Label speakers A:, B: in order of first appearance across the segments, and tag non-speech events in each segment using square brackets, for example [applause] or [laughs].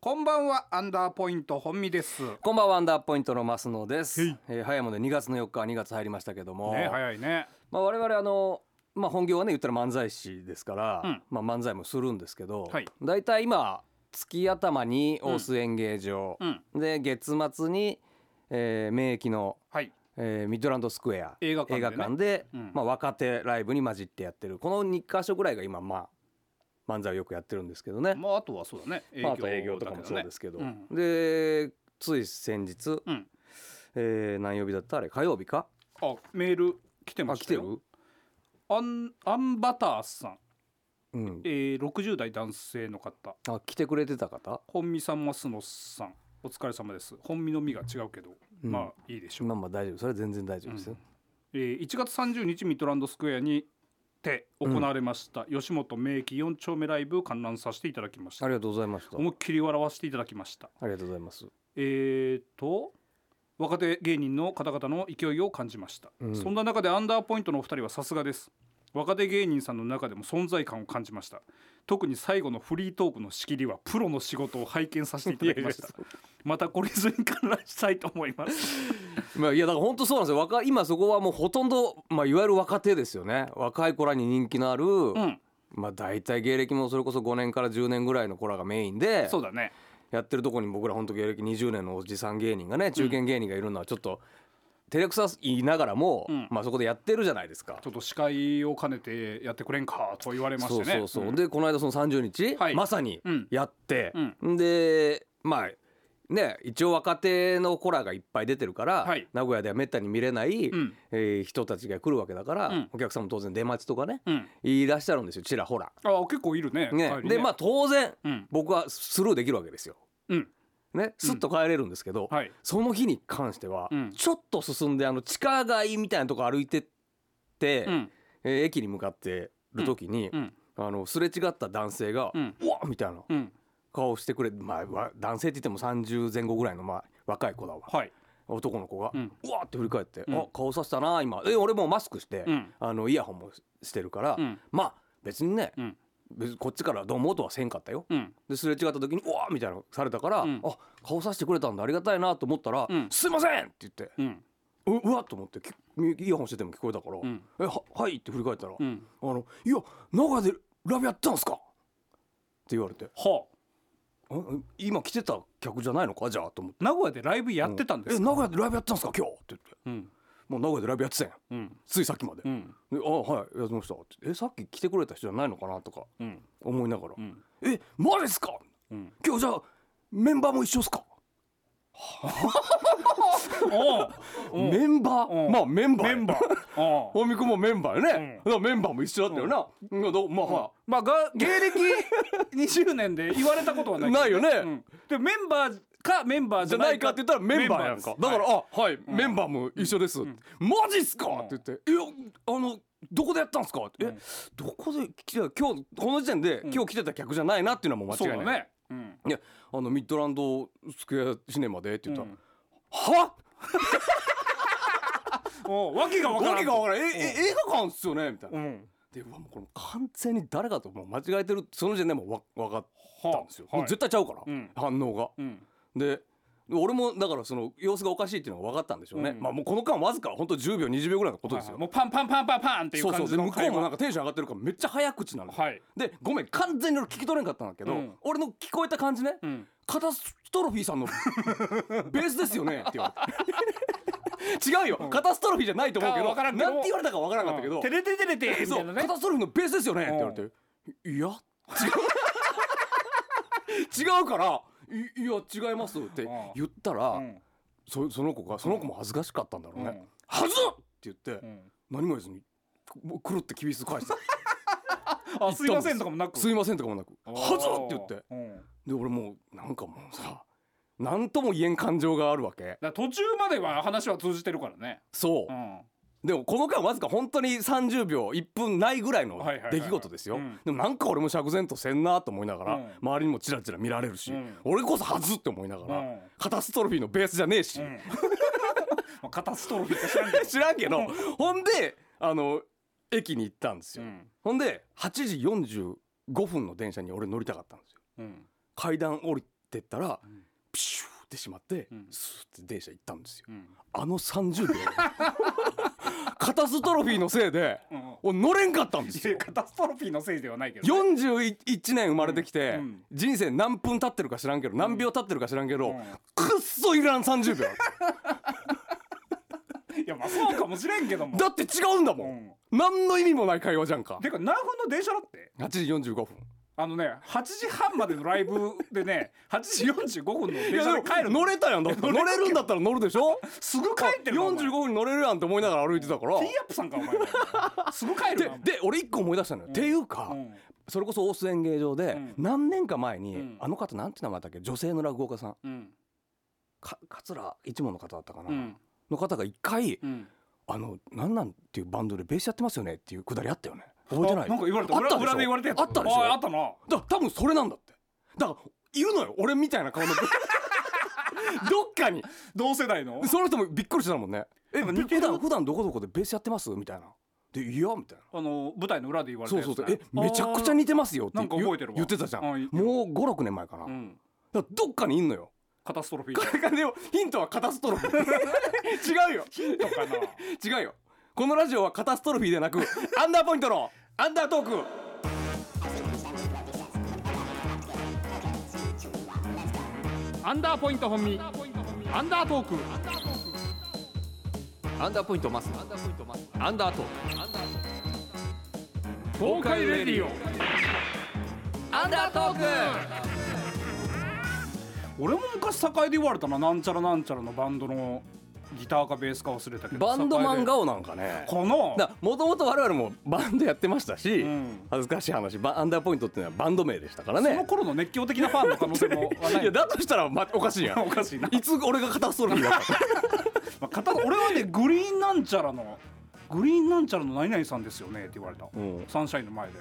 A: こんばんはアンダーポイント本見ですね
B: こんばんはアンダーポイントの増野です
A: はい。
B: えー、早いもので2月の4日2月入りましたけども、
A: 早いね
B: まあ我々あのまあ本業はね言ったら漫才師ですから、
A: うん
B: まあ漫才もするんですけど、
A: はい
B: だいたい今月頭に大須演芸場、
A: うん
B: で月末に、えー、名駅の、
A: はい
B: えー、ミッドランドスクエア
A: 映画館でね
B: で
A: うん
B: まあ若手ライブに混じってやってるこの2箇所ぐらいが今まあ漫才をよくやってるんですけどね。
A: まああとはそうだね営
B: まあ、あと営業
A: 業
B: と
A: だ
B: か
A: け
B: も
A: ど
B: そう
A: ね
B: ですけど、
A: うん
B: でつい先日、
A: うん
B: えー何曜日だったあれ火曜日か
A: あメール来てま
B: あ
A: し
B: 来
A: た
B: て
A: よ
B: る、
A: アンアンバターさん
B: うん、
A: えー60代男性の方
B: あ来てくれてた方
A: 本見さんますのさんお疲れ様です本見の身が違うけど
B: うん
A: まあいいでしょう
B: まあまあ大丈夫それは全然大丈夫ですよ、
A: えー1月30日ミッドランドスクエアにて行われました、吉本名義4丁目ライブを観覧させていただきまし
B: あ
A: た
B: りがとうございました
A: 思いっきり笑わせていただきました
B: ありがとうございます
A: えー、と若手芸人の方々の勢いを感じました、
B: うん
A: そんな中でアンダーポイントのお二人はさすがです若手芸人さんの中でも存在感を感じました特に最後のフリートークの仕切りはプロの仕事を拝見させていただきま
B: [laughs]
A: したまたこれずに観覧したいと思います
B: まあいやだから本当そうなんですよ若今そこはもうほとんど、まあ、いわゆる若手ですよね若い子らに人気のある、
A: うん
B: まあ大体芸歴もそれこそ5年から10年ぐらいの子らがメインで
A: そうだね
B: やってるとこに僕ら本当芸歴20年のおじさん芸人がね中堅芸人がいるのはちょっと照れくさいながらも、
A: うん
B: まあそこでやってるじゃないですか
A: ち。ょっと司会を兼ねてやってくれんかと言われまし
B: そう
A: てね
B: そうそう、
A: ん
B: でこの間その30日、
A: はい
B: まさに
A: うん
B: やって、
A: う
B: でまあね一応若手のコラがいっぱい出てるから、
A: はい
B: 名古屋ではめったに見れない、
A: うん
B: えー人たちが来るわけだから、
A: うん
B: お客さんも当然出待ちとかね、
A: うん
B: いらっしゃるんですよちらほら。
A: あ結構いるね
B: ね
A: 帰り
B: でまあ当然、
A: うん
B: 僕はスルーできるわけですよ。
A: うん
B: ね、すっと帰れるんですけど、
A: はい
B: その日に関しては、
A: うん
B: ちょっと進んであの地下街みたいなとこ歩いてって、
A: うん
B: えー駅に向かってる時に、
A: うん
B: あのすれ違った男性が「う
A: うん
B: わっ!」みたいな
A: うん
B: 顔してくれ、まあわ、男性って言っても30前後ぐらいの、まあ、若い子だわ
A: はい
B: 男の子が「う
A: うん
B: わ!」って振り返って「
A: うん
B: あ顔させたな今」え俺もうマスクして、
A: うん
B: あのイヤホンもしてるから、
A: うん
B: まあ別にね、
A: うん
B: 別にこっちからどうもとはせんかったよ。
A: うん
B: ですれ違った時に「うわ!」みたいなのされたから「
A: うん
B: あ顔させてくれたんだありがたいな」と思ったら「
A: うん
B: すいません!」って言って
A: うん
B: 「ううわ!」と思ってきイヤホンしてても聞こえたから「
A: ん
B: えははい」って振り返ったら「
A: うん
B: あのいや名古屋でライブやったんすか?」って言われて
A: はあ
B: 「ん今来てた客じゃないのかじゃあ」と思って
A: 名古屋でライブやってたんです
B: え
A: か、
B: 名古屋でライブやったんすか今日」って言って
A: うん
B: 「もう名古屋でライブやってたんや
A: うん
B: ついさっきまで」
A: うん
B: であはいやってました」ってえさっき来てくれた人じゃないのかな?」とか
A: うん
B: 思いながら「
A: ん
B: えマジっすか
A: うん
B: 今日じゃあメンバーも一緒っすか?」
A: おうおう
B: メンバ
A: う
B: ー
A: ん
B: まあメンバー
A: メンバーおう
B: 大見君もメンバーよね、
A: う
B: だからメンバーも一緒だったよな、うんどまあ、は
A: まあが芸歴20年で言われたことはない
B: ないよね
A: うんでメンバーかメンバー
B: じ
A: じ
B: ゃ
A: ゃな
B: ない
A: い
B: か
A: か
B: って言ったらメンバーやんかだから「
A: あ
B: あはい、メンバーも一緒です」マジっすか?」
A: うん
B: って言って「いやあのどこでやったんすか?」って「えどこで来て今日この時点で、
A: ん
B: 今日来てた客じゃないな」っていうのはもう
A: そう
B: 間違い
A: だ
B: ない。
A: ねうん
B: いやあのミッドランドスクエアシネマでって言ったら「
A: うん
B: は
A: おうわけがわからん
B: わけがわからんええ映画館っすよね」みたいな。
A: うん
B: でうわもうこれ完全に誰かともう間違えてるその時点でもうわ分かっ
A: は
B: た
A: あ
B: んですよ。
A: はい
B: もう絶対ちゃうから、
A: うん
B: 反応が。
A: うん
B: で俺もだからその様子がおかしいっていうのが分かったんでしょうね、
A: うん
B: まあもうこの間わずか本当10秒20秒ぐらいのことですよ、
A: もうパンパンパンパンパンっていう
B: そうそ
A: 感
B: うで
A: じの
B: 向こ
A: 会
B: うもな
A: 話
B: んかテンション上がってるからめっちゃ早口なの、
A: はい
B: でごめん完全に俺聞き取れんかったんだけど、
A: うん
B: 俺の聞こえた感じね、
A: うん
B: カタストロフィー
A: [laughs]
B: さんのベースですよねって言わ
A: [laughs]
B: れて違うよ、カタストロフィーじゃないと思うけ
A: あ
B: ど
A: わからんけど
B: なんて言われたか分からなかったけど、
A: テレテレテレテみた
B: そ
A: いうな
B: カ
A: ね
B: タストロフィーのベースですよねって言われて「いや違う [laughs] 違うからいいや違います」って言ったら、
A: うん
B: そその子がその子も恥ずかしかったんだろう
A: う
B: ね「
A: ん
B: はずっ!」って言って、
A: うん
B: 何も言わずにくくるって厳しく
A: [laughs]
B: 返した
A: あすいませんとかもなく
B: すいませんとかもなく「
A: おう
B: はずっ!」って言って
A: うんだか
B: で俺もうなんかもうさ何とも言えん感情があるわけ
A: ら途中までは話は通じてるからね
B: そ
A: う、
B: う
A: ん
B: でもこの間わずか本当に30秒1分ないぐらいの
A: はいはいはいはい
B: 出来事ですよ、
A: うん
B: でもなんか俺も釈然とせんなと思いながら、
A: うん
B: 周りにもチラチラ見られるし、
A: うん
B: 俺こそはずって思いながら、
A: うん
B: カタストロフィーのベースじゃねえし、
A: うんまあカタストロフィーか知らんけど
B: [laughs] 知らんけどほんであの駅に行ったんですよ、
A: うん
B: ほんで8時45分の電車に俺乗りたかったんですよ
A: うん
B: 階段降りってったら
A: うん
B: ピシューってしまって、
A: うん
B: スーッて電車行ったんですよ
A: うん
B: あの30秒 [laughs] カタストロフィーのせいで
A: うん
B: 俺乗れんかったんで
A: い
B: すよ
A: やカタストロフィーのせいではないけどね、
B: 41年生まれてきて、
A: うん
B: 人生何分経ってるか知らんけど、何秒経ってるか知らんけど、
A: うん
B: くっそいらん30秒
A: [laughs] いやまあそうかもしれんけども
B: だって違うんだもん、
A: うん
B: 何の意味もない会話じゃんか
A: てか何分の電車だって
B: 8時45分
A: あのね8時半までのライブで
B: [laughs]
A: ね8時45分の
B: い
A: 電
B: や
A: 車
B: で
A: で帰るの
B: も乗れたやんだって
A: いや
B: 乗れるんだったら乗るでしょ
A: すぐ帰ってるなお前
B: 45分に乗れるやんって思いながら歩いてたから
A: ティーアップさんかお前すぐ帰る
B: で
A: なお前
B: で俺一個思い出したのよ、っていうか、
A: うん
B: それこそ大須演芸場で、
A: うん
B: 何年か前に、
A: うん
B: あの方なんて名前だっけ女性の落語家さん
A: うん
B: か桂一門の方だったかな、
A: うん
B: の方が一回
A: うん
B: 「あのなんなん」っていうバンドでベースやってますよねっていうくだりあったよね覚えてない
A: あなんか言われた
B: あった
A: 裏
B: でしょ
A: 裏で言われたやつ
B: あったでしょ
A: おいあったな
B: だ多分それなんだってだからいるのよ俺みたいな顔
A: [laughs]
B: のどっかに
A: 同世代の
B: その人もびっくりしてたもんね「え
A: なんか似てる
B: 普段普段どこどこでベースやってます?」みたいな「でいや」みたいな。
A: あの舞台の裏で言われた
B: そ
A: や
B: う
A: つ
B: そうそ
A: だ
B: うえめちゃくちゃ似てますよって
A: なんか覚えてるわ
B: 言ってたじゃん
A: う
B: も
A: ん
B: う56年前かな、
A: う
B: だか
A: ん
B: らどっかにいんのよ
A: カタストロフィー
B: これがでもヒントはカタストロフィー [laughs] 違うよ
A: ヒントかな
B: 違うよこのラジオはカタストロフィーでなく [laughs] アンダーポイントのアンダートーク
A: アンダーポイント本身アンダートーク
B: アンダーポイントマスアンダーポイントマスアンダートー
A: 東海レディオ
B: クアンダートーク
A: 俺も昔栄で言われたななんちゃらなんちゃらのバンドのギターかベースか忘れたけど
B: バンドマン
A: 栄
B: 顔なんかね
A: でこの
B: だもともと我々もバンドやってましたし、
A: うん
B: 恥ずかしい話バアンダーポイントっていうのはバンド名でしたから
A: その
B: ね
A: 頃の熱狂的なファンの可能性もはない
B: いやだとしたら、ま、おかしいやん
A: おかしいな、
B: いつ俺がカタストロフィーだったか
A: まあ、片俺はねグリーンなんちゃらのグリーンなんちゃらの何々さんですよねって言われた、
B: うん
A: サンシャインの前で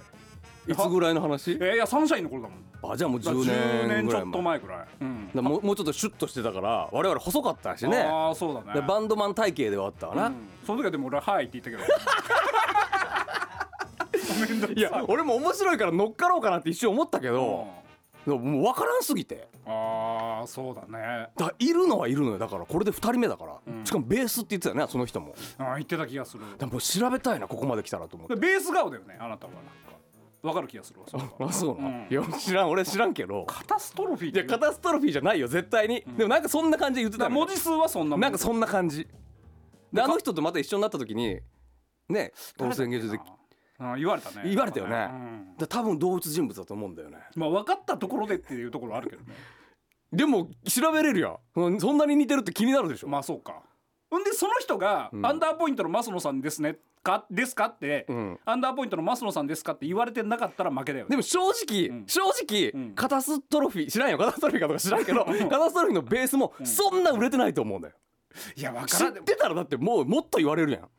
B: いつぐらいの話
A: えーいやサンシャインの頃だもん
B: あじゃあもう
A: だから
B: 10年ぐ
A: ち
B: ら
A: ょ
B: い
A: っと
B: 前
A: 前ぐらい、うん
B: だもうもうちょっとシュッとしてたから我々細かったしね
A: ああそうだね
B: でバンドマン体型ではあったかな、
A: うんその時はでも俺は「はい」って言ったけどご
B: [laughs]
A: めんなさい
B: いや俺も面白いから乗っかろうかなって一瞬思ったけど、でももう分からんすぎて
A: ああそうだね
B: だからいるのはいるのよだからこれで2人目だから、
A: うん
B: しかもベースって言ってたよねその人も
A: あー言ってた気がする
B: でもう調べたいなここまで来たらと思って
A: でベース顔だよねあなたはなんかわかる気がするわそ
B: [laughs]
A: れは
B: あそうな、
A: うん
B: いや知らん俺知らんけど
A: カタストロフィーっ
B: い
A: てい
B: や
A: う
B: カタストロフィーじゃないよ絶対に、
A: ん
B: でもなんかそんな感じで言って
A: だか
B: た
A: ら
B: のよ
A: 文字数はそんなも
B: なんかそんな感じであの人とまた一緒になった時にね
A: 誰だっ
B: 当
A: け
B: 選芸術で
A: なうん言われたね
B: 言われたよね
A: うん
B: だ多分同一人物だと思うんだよね
A: まあ分かったところでっていうところはあるけどね
B: でも調べれるやんうんそんなに似てるって気になるでしょ、
A: まあそうかんでその人が、
B: うん
A: アンダーポイントのマスノさんですねかですかって、
B: うん
A: アンダーポイントのマスノさんですかって言われてなかったら負けだよね
B: でも正直、
A: うん
B: 正直、
A: うん
B: カタストロフィー知らんよカタストロフィーかとか知らんけどカタストロフィーのベースもそんな売れてないと思うんだよ、
A: いや分
B: 知ってたらだってもうもっと言われるやん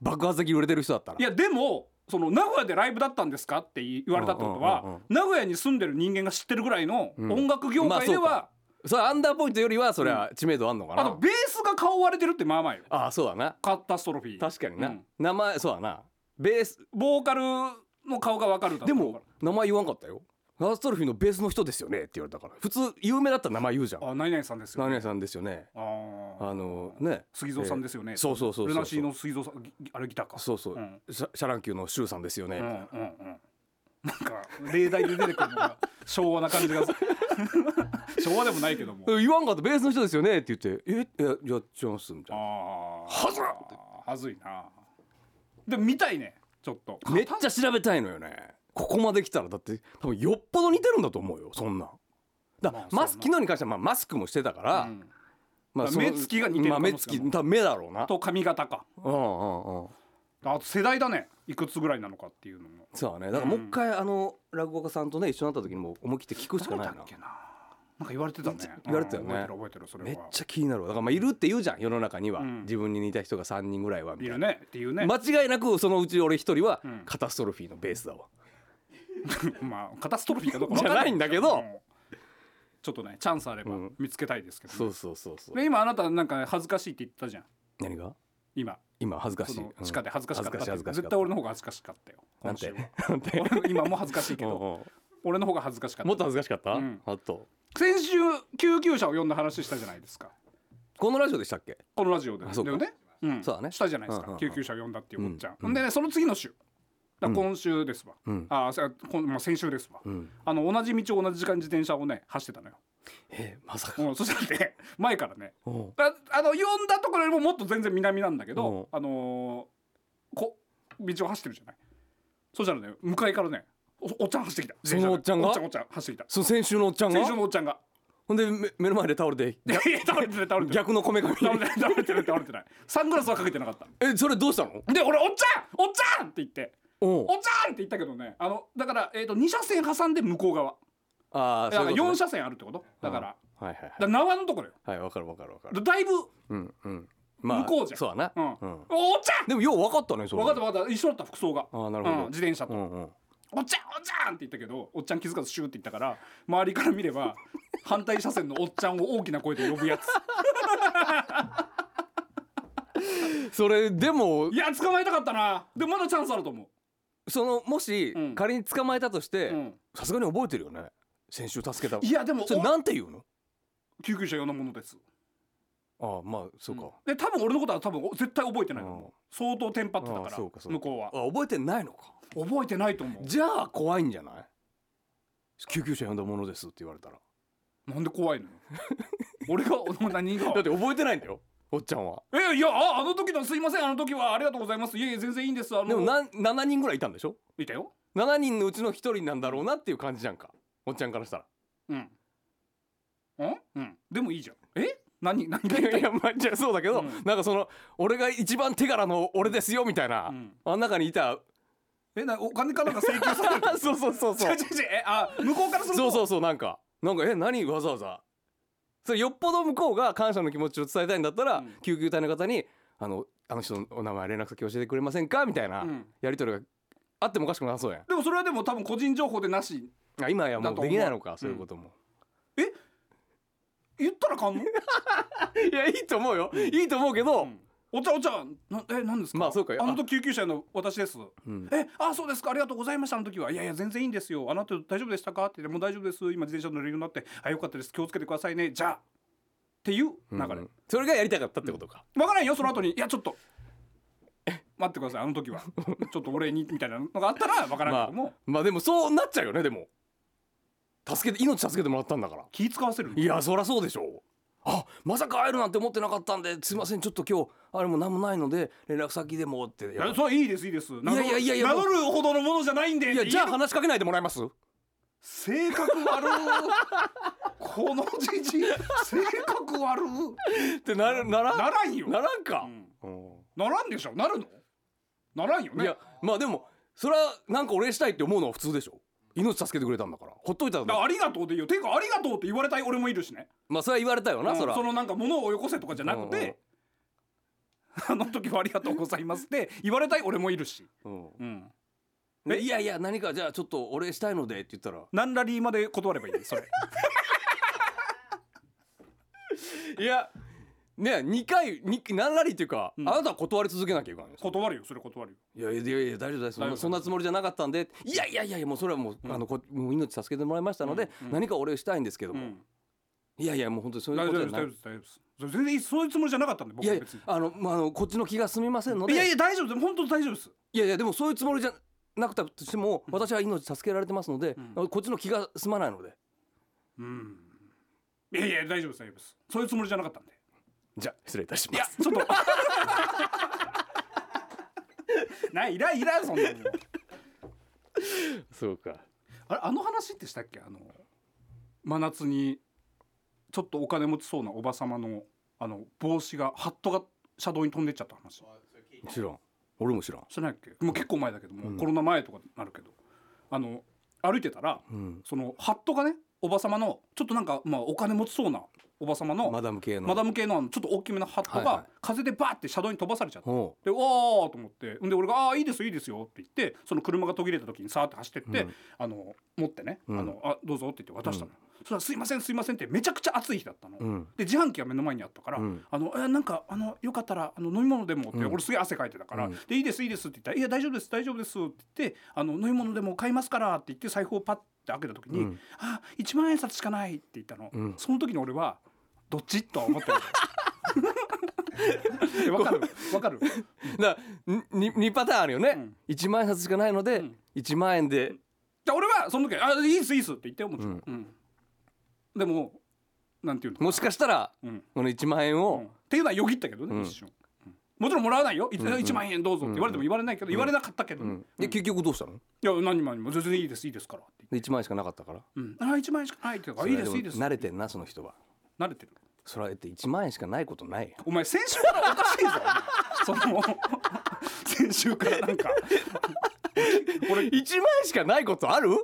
B: 爆発的に売れてる人だったら
A: いやでもその名古屋でライブだったんですかって言われたってことは、
B: うんうんうんうん
A: 名古屋に住んでる人間が知ってるぐらいの
B: うん
A: 音楽業界で
B: まあ
A: は、
B: それアンダーポイントよりはそれは知名度あんのかな、
A: あ、とベースが顔割れてるってまあまあよ
B: ああそうだな
A: カタストロフィー
B: 確かにな、
A: うん
B: 名前そうだなベース
A: ボーカルの顔が分かるだろう
B: で
A: か
B: も名前言わんかったよカタストロフィーのベースの人ですよねって言われたから普通有名だったら名前言うじゃん
A: らあ何々さんですよ
B: 何々さんですよね
A: あー
B: あのね
A: 杉蔵さんですよね、
B: そうそうそうそう
A: ルナシーの水蔵さんぎあれギターか
B: そうそう、
A: うん
B: シャシャランキューのシュウさんですよね、
A: うんうんうんなんか例題で出てくるの
B: [laughs]
A: が昭和な感じがする昭和でもないけども
B: 言わんかったベースの人ですよねって言って「えいややっちゃいます」みたいな
A: ああ
B: はずっ
A: はずいなでも見たいねちょっと
B: めっちゃ調べたいのよねここまで来たらだって多分よっぽど似てるんだと思うよそんなんだ、
A: まあそうな
B: マス昨日に関してはまあマスクもしてたから、
A: うん
B: まあ、その
A: 目つきが似てる
B: まあ、
A: 可能性
B: 目
A: も
B: つき多分目だろうな
A: と髪型か
B: うんうんうん
A: あと世代だねいくつぐらいなのかっていうのも
B: そうだねだからもう一回、あの落語家さんとね一緒になった時にもう思い切って聞くしか
A: 誰だ
B: ない
A: っ
B: な
A: けななんか言われてたね
B: 言われてたよね
A: うん覚えてる覚えてるそれは
B: めっちゃ気になるわだからまあいるって言うじゃん世の中には、
A: うん
B: 自分に似た人が3人ぐらいは
A: い
B: みたい
A: る
B: な、
A: ねっていうねま
B: 間違いなくそのうち俺一人は
A: うん
B: カタストロフィーのベースだわ、
A: あカタストロフィーかどうかわかん
B: じゃないんだけど
A: うちょっとねチャンスあれば
B: うん
A: 見つけたいですけどね
B: そうそうそうそう
A: で今あなたなんか恥ずかしいって言ったじゃん
B: 何が
A: 今
B: 今恥ずかしい
A: その
B: うん
A: 地下で恥ずかしかったって
B: 恥ずかしい恥ず
A: 絶
B: かし
A: 対
B: かっ
A: 俺の方が恥ずかしかったよ
B: たなん
A: 今週
B: て
A: は [laughs]
B: なんて
A: 俺今も恥ずかしいけ
B: [laughs] うん
A: ど
B: うん
A: 俺の方が恥ずかしかった
B: もっと恥ずかしかった、
A: うん
B: あと
A: 先週救急車を呼んだ話したじゃないですか
B: このラジオでしたっけ
A: このラジオで
B: あそうか
A: だよね,、うん、
B: そうだね
A: したじゃないですか、
B: うんうんうん
A: 救急車呼んだっていうおっちゃん、
B: うん
A: ほんでねその次の週だから今週ですわ、
B: うん
A: あせこんまあ先週ですわ、
B: うん
A: あの同じ道を同じ時間に自転車をね走ってたのよ、
B: えまさか
A: うん、そしたらね前からね
B: おう
A: ああの呼んだところよりももっと全然南なんだけ
B: う
A: ど
B: ん、
A: あのーこ道を走ってるじゃないそしたらね向かいからねおおっちゃん走ってきた
B: そのおっちゃんが
A: おっちゃんおっちゃん走ってきた
B: その先週のおっちゃんが
A: 先週のおっちゃんが
B: ほんでめ目の前で倒れて
A: いやいや倒れてない倒れてない
B: 逆のこめかみ
A: 倒れてない倒れてない倒れてないサングラスはかけてなかった
B: えそれどうしたの
A: で俺「おっちゃんおっちゃん!」って言って「
B: おう
A: おっちゃん!」って言ったけどねあのだから、えー、と2車線挟んで向こう側
B: ああ
A: だから4
B: 車
A: 車線あるってことだから
B: はいはい
A: だから縄のところよ
B: はいはいわかるわかるわかる
A: だだいぶ、
B: うんうんまあ
A: 向こうじゃん
B: そうだ
A: う
B: なんうん
A: おっちゃん
B: でもようわかったねそれ
A: 分かった分かった一緒だった服装が
B: ああなるほど
A: うん自転車と、
B: うんうん
A: おっちゃんおっちゃんって言ったけどおっちゃん気づかずシューって言ったから周りから見れば [laughs] 反対車線のおっちゃんを大きな声で呼ぶや
B: [laughs]
A: つ
B: それでも
A: いや捕まえたかったなでもまだチャンスあると思
B: そのもし
A: うん
B: 仮に捕まえたとし
A: う、う
B: て
A: ん、
B: さすがに覚えてるよね先週助けた
A: いやでも
B: それ
A: お
B: なんて言うの
A: 救急車用のものです
B: ああまあそうか
A: で多分俺のことは多分お絶対覚えてないと
B: うん
A: 思う相当テンパってたか
B: ああ
A: ら
B: そうかそうか
A: 向こうは
B: あ覚えてないのか
A: 覚えてないと思う
B: じゃあ怖いんじゃない救急車呼んだものですって言われたら
A: なんで怖い
B: [laughs]
A: のよ俺がお何が
B: だって覚えてないんだよおっちゃんは
A: えいやああの時のすいませんあの時はありがとうございますいえいえ全然いいんですあの
B: でもな7人ぐらいいたんでしょ
A: いたよ
B: 7人のうちの1人なんだろうなっていう感じじゃんかおっちゃんからしたら
A: うんうんうんでもいいじゃんえ何何が
B: い
A: 言いた
B: や
A: い
B: いやまあじゃあそうだけど、
A: うん
B: なんかその俺が一番手柄の俺ですよみたいな、
A: うん
B: あん中にいた
A: えなお金かなんか請求 [laughs] されてる
B: そうそうそう
A: 違
B: そう
A: う違う違うえあ向こうからすると
B: そうそうそうなんかなんかえ何わざわざそれよっぽど向こうが感謝の気持ちを伝えたいんだったら、
A: うん
B: 救急隊の方にあの「あの人のお名前連絡先教えてくれませんか?」みたいな、
A: うん
B: やり取りがあってもおかしくなさそうやん
A: でもそれはでも多分個人情報でなし
B: あ今やも
A: だ
B: う
A: と思
B: で
A: う
B: きないのかそういうことも、
A: 言ったらか [laughs] んの、
B: いやいいと思うよいいと思うけど、
A: うんお茶お茶なえ何ですか
B: まあそうか
A: あの時救急車の私です
B: うん
A: えあそうですかありがとうございましたあの時はいやいや全然いいんですよあなた大丈夫でしたかって言ってもう大丈夫です今自転車乗れるようになってあよかったです気をつけてくださいねじゃあっていう流れ、わ
B: うんそれがやりたかったってことか、
A: からんよその後にいやちょっと待ってくださいあの時はちょっと俺にみたいなのがあったらわからんけども、
B: まあでもそうなっちゃうよねでも助けて命助けてもらったんだから
A: 気使わせるの
B: いやそりゃそうでしょうあまさか会えるなんて思ってなかったんですいませんちょっと今日あれも何もないので連絡先でもってい
A: いやそういいですいいです名乗
B: いやいやいや
A: 名乗るほどのものじゃないんで
B: いやじ
A: 言
B: ゃあ
A: える
B: 話しかけないでもらえます
A: 性格悪いこのじじい性格悪い
B: ってなるなら
A: ならんよ
B: ならんか
A: う、ん
B: う
A: ならんでしょなるのならんよ
B: ん
A: ね
B: いやまあでもそれはなんかお礼したいって思うのは普通でしょ命助けてくれたんだからほっといた
A: だ
B: ら
A: からありがとうでいいよていうかありがとうって言われたい俺もいるしね
B: まあそれは言われたよな、
A: うん
B: そら
A: そのなんか物をよこせとかじゃなくて、あの時はありがとうございますって言われたい俺もいるし、
B: うんうん
A: うん、
B: ねいやいや何かじゃあちょっとお礼したいのでって言ったら
A: 何ラリーまで断ればいいそ [laughs] れ
B: いやね二回に何ラリーっていうか、
A: うん
B: あなたは断り続けなきゃいけないんですよ
A: 断るよそれ断るよ
B: いやいやいやいや大丈夫ですそ
A: 大
B: ん
A: 丈夫
B: なそんなつもりじゃなかったんでいやいやいやいやもうそれはもう,、
A: うん
B: あのこもう命助けてもらいましたので、
A: うんうん
B: 何かお礼したいんですけど
A: う
B: も、
A: ん、
B: いやいやもう本当にそうい
A: 大
B: う
A: 丈
B: こ
A: 夫
B: と
A: で
B: じ
A: す
B: ゃ
A: 大丈夫です
B: ない
A: 大丈夫ですそれ全然そういうつもりじゃなかったんで
B: い
A: 僕
B: や
A: はい
B: や
A: 別に
B: あの,、まあ、あのこっちの気が済みませんので
A: いやいや大丈夫です本当大丈夫です
B: いやいやでもそういうつもりじゃなくたとしても、私は命助けられてますので、
A: うん
B: こっちの気が済まないので
A: うんいやいや大丈夫です大丈夫ですそういうつもりじゃなかったんで
B: じゃあ失礼いたし
A: い
B: ま
A: や
B: す
A: ちょっ
B: [laughs]
A: とないいらんいらんそんなもん
B: そうか
A: [laughs] あれあの話ってしたっけあの真夏にちょっとお金持ちそうなおばさまのあの帽子がハットが車道に飛んでっちゃった話
B: 知らん俺も知らん
A: してないっけもう結構前だけども、
B: うん
A: コロナ前とかになるけどあの歩いてたら
B: うん
A: そのハットがねおばさまのちょっとなんか、まあ、お金持ちそうなおばさまの
B: マダム系の
A: マダム系のあのちょっと大きめのハット
B: はいはい
A: が風でバーって車道に飛ばされちゃって。
B: ほ
A: で「おー!」と思ってんで俺が「ああいいですよいいですよ」って言ってその車が途切れた時にさーって走ってって、
B: うん
A: あの持ってね、
B: うん
A: あのあ「どうぞ」って言って渡したの、そしたら「すいませんすいません」ってめちゃくちゃ暑い日だったの、
B: ううん
A: で自販機が目の前にあったから「
B: うん
A: あのえなんかあのよかったらあの飲み物でも」って、
B: うん
A: 俺すげえ汗かいてたから「
B: うん
A: でいいですいいです」って言ったら「いや大丈夫です大丈夫です」って言って「あの飲み物でも買いますから」って言って財布をパッって開けた時に「
B: うん
A: あ一万円札しかない」って言ったの、
B: うん
A: その時の俺はどっちとは思って
B: [laughs]
A: るわかるわかる
B: だからにに2パターンあるよね、
A: ん
B: 1万円札しかないので、
A: ん
B: 1万円で
A: で俺はその時「あいいっすいいっす」って言ってよもちろん、うんでもなんていうの
B: もしかしたら
A: うん
B: この1万円
A: うんっ
B: を、
A: ていうのはよぎったけどね、
B: うん
A: 一瞬、うんもちろんもらわないよ、い
B: んうん
A: 1万円どうぞって言われても言われないけど、言われなかったけど、
B: うん
A: うん
B: で結局どうしたの
A: いや何も何も全然いいですいいですからって
B: で1万円しかなかったから
A: 言って、うん、あ1万円しかないって言うからいいですいいです
B: 慣れてんなその人は
A: 慣れてる
B: それはだって1万円しかないことな
A: [laughs]
B: いよ
A: お前先週からおかしいぞお前その先週からなんか
B: 俺1万円しかないことある
A: い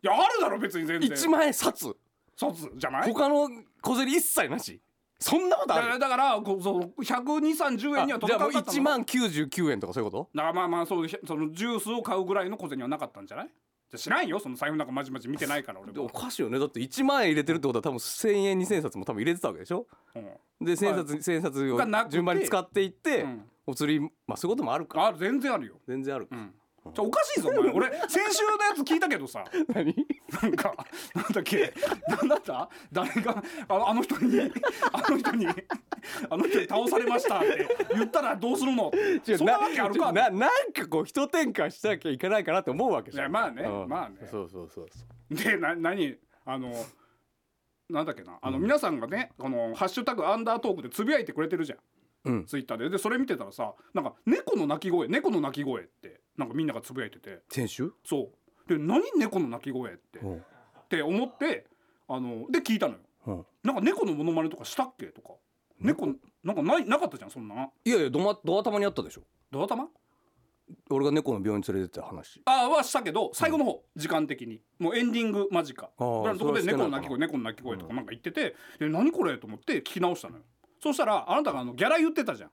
A: やあるだろ別に全然
B: ?1 万円札
A: 卒じゃない
B: 他の小銭一切なしそんなことあ
A: だ
B: る
A: だからこうそう12030円には
B: あじ
A: 届
B: ゃあ
A: か
B: もう
A: なかったの
B: 1万99円とかそういうこと
A: だからまあまあそうそのジュースを買うぐらいの小銭はなかったんじゃないじゃ知らんよその財布なんかまじまじ見てないから俺
B: でお
A: も、
B: かしいよねだって1万円入れてるってことは多分1,000円2,000冊も多分入れてたわけでしょ
A: うん
B: で千冊千冊
A: がなく
B: を
A: て
B: 順番に使っていって、
A: うん
B: お釣りまあそういうこともあるか
A: ある全然あるよ
B: 全然ある
A: う、んちょおかしいぞお前俺先週のやつ聞いたけどさ
B: [laughs] 何
A: なんかなんだっけなんだった誰があのあの人にあの人にあの人に倒されましたって言ったらどうするの
B: 違う
A: そんなわけあるか
B: 違うななんかこう一転換しなきゃいけないかなって思うわけじゃ
A: いや
B: ん
A: まあね
B: うん
A: まあね
B: そうそうそうそ
A: でな何あのなんだっけなあの、皆さんがねこの「ハッシュタグアンダートーク」でつぶやいてくれてるじゃん
B: ううん
A: ツイッターででそれ見てたらさなんか猫の鳴き声猫の鳴き声ってなんかみんながつぶやいてて
B: 先週、
A: そうで何猫の鳴き声ってっ
B: うん
A: て思ってあので聞いたのよ
B: うん、
A: なんか猫のモノマネとかしたっけとか猫なんかないなかったじゃんそんない
B: やいやどまドア玉にあったでしょ
A: ドア玉
B: 俺が猫の病院連れてった話
A: ああはしたけど最後の方、時間的にもうエンディング間近
B: あー
A: ぐらいのところで
B: それ
A: 猫
B: は
A: の鳴
B: してない
A: き
B: か
A: 声
B: な
A: 猫の鳴き声とかなんか言ってて、で何これと思って聞き直したのよそしたらあなたがあのギャラ言ってたじゃん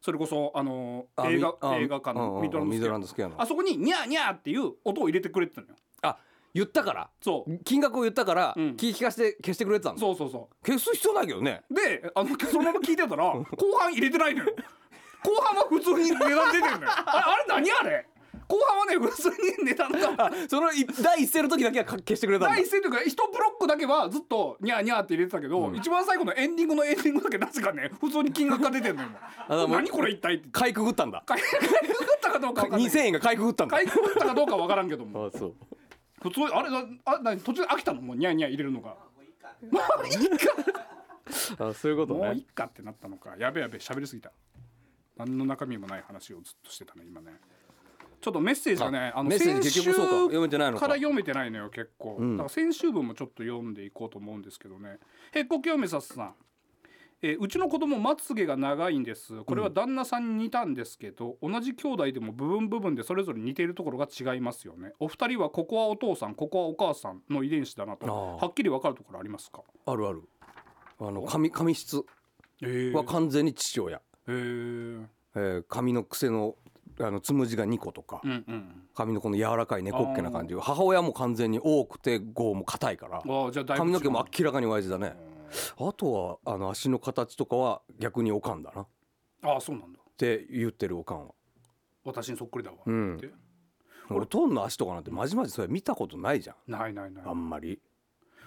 A: それこそあの
B: あ
A: 映画
B: みあ
A: 映画館
B: うんう
A: の
B: ん
A: ミドランド
B: ミ
A: ス
B: ド
A: ケ
B: ラ
A: ア
B: ンドスケアの
A: あそこにニャーニャーっていう音を入れてくれてたのよ
B: あ言ったから
A: そう
B: 金額を言ったから、
A: うん
B: 気聞かして消してくれてたの
A: そうそうそ
B: 消す必要ないけどね
A: うであのそのまま聞いてたら後半入れてないのよ後半は普通に値段出てるのよあれあれ何あれ後半はね普通に値段が [laughs]
B: あそのい第一声の時だけはか消してくれたんだ
A: 第一声というか一ブロックだけはずっとニャーニャーって入れてたけど、一番最後のエンディングのエンディングだけなぜかね普通に金額が出てんのよ
B: だからもう
A: [laughs] 何これ一体って
B: かいくぐったんだ
A: 買い買いくぐったかどうか分かんない
B: 2,000円がかいくぐったんだ
A: 買いくぐったかどうか分からんけども
B: あそう
A: 普通あれなあな途中で飽きたのもうニャーニャー入れるのがもういいか
B: あそういうこと
A: もうい
B: ね
A: いかってなったのかやべやべ喋りすぎた何の中身もない話をずっとしてたね今ねちょっとメッセージがね
B: あ
A: あの
B: メッセージ
A: 先週
B: 結局そうか読めてないのか
A: から読めてないのよ結構、
B: ん
A: だから先週分もちょっと読んでいこうと思うんですけどねへっこきおめさすさんえーうちの子供まつげが長いんですこれは旦那さんに似たんですけど、同じ兄弟でも部分部分でそれぞれ似ているところが違いますよねお二人はここはお父さんここはお母さんの遺伝子だなと
B: あー
A: はっきり分かるところありますか
B: あるあるあの髪髪質
A: えー
B: は完全に父親、
A: えー
B: えー髪の癖のあのつむじが2個とか、
A: うんうん
B: 髪のこの柔らかい猫っけな感じ母親も完全に多くて剛も硬いから
A: ああじゃあだいぶ
B: 髪の毛
A: 違
B: も
A: う
B: 明らかにワイズだねあとはあの足の形とかは逆におかんだなっ
A: ああそうなんだ
B: て言ってるおかんは
A: 私にそっくりだわ、
B: うん
A: って
B: おとんの足とかなんてまじまじそれ見たことないじゃん
A: ないないない
B: あんまり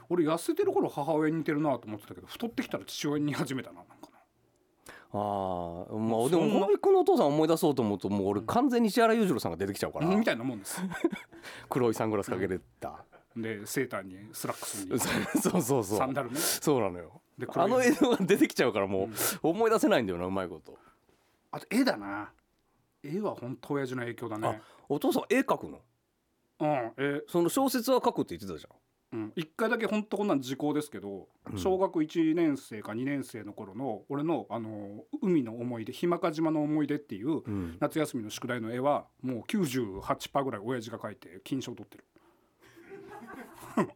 A: 俺痩せてる頃母親に似てるなと思ってたけど太ってきたら父親に似始めたななんかな
B: あーまあで
A: そんな
B: も小びくんのお父さん思い出そうと思うともう俺完全に石原裕次郎さんが出てきちゃうから
A: みたいなもんです
B: 黒いサングラスかけてた、
A: でセーターにスラックスに
B: そうそう [laughs] そう
A: サンダルね
B: そうなのよ
A: で黒い
B: あの映像が出てきちゃうからもう思い出せないんだよなうまいこと
A: あと絵だな絵は本当親父の影響だね
B: お父さん絵描くの
A: うんえ
B: その小説は描くって言ってたじゃん
A: うん、1回だけ本当こんなん時効ですけど、小学1年生か2年生の頃の俺の、あの海の思い出日間賀島の思い出っていう、
B: ん
A: 夏休みの宿題の絵はもう98%ぐらい親父が描いて金賞取ってる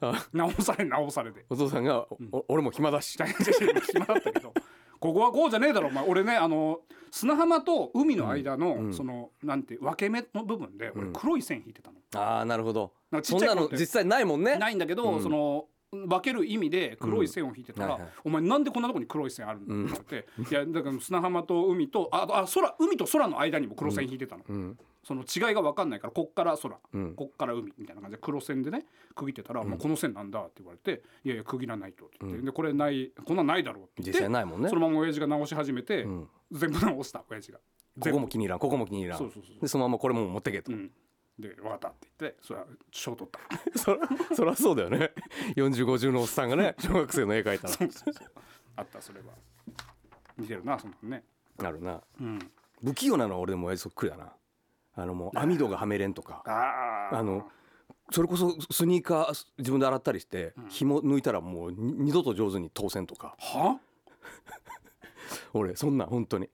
B: あ
A: 直され直されで
B: お父さんが、おお俺も暇だし
A: 大変暇だったけどここはこうじゃねえだろお前俺ねあの砂浜と海の間の、
B: ん
A: そのなんて分け目の部分で俺黒い線引いてたの、
B: ああなるほど
A: なんかちっ
B: そん
A: ちゃい
B: な
A: 頃っ
B: の
A: て
B: 実際ないもんね
A: ないんだけど、
B: うん
A: その分ける意味で黒い線を引いてたら「
B: うんはいはい
A: お前なんでこんなとこに黒い線あるんだ」って言って、いやだから砂浜と海とああ空海と空の間にも黒線引いてたの、
B: うん
A: その違いが分かんないからこっから空、
B: うん
A: こっから海みたいな感じで黒線でね区切ってたら、まあ、この線なんだって言われて「いやいや区切らないと」って言って、でこれないこんなんないだろうって言
B: 実
A: って
B: 際ないもんね
A: そのまま親父が直し始めて、
B: ん
A: 全部直した親父が。
B: こ
A: 全
B: こ
A: 部
B: も気に入らんここも気に入らん
A: そうそうそう
B: でそのままこれも持ってけと、
A: うん、で「分かった」って言ってそれは賞取った。
B: そらそらそうだよね4050のおっさんがね小学生の絵描いたら
A: そうそうそうあったそれは似てるなそのね
B: なるな
A: うん
B: 不器用なのは俺でも親父そっくりだなあのもう網戸がはめれんとか
A: あー
B: あのそれこそスニーカー自分で洗ったりして紐抜いたらもうに二度と上手に通せんとか
A: は
B: 俺そんなん本当に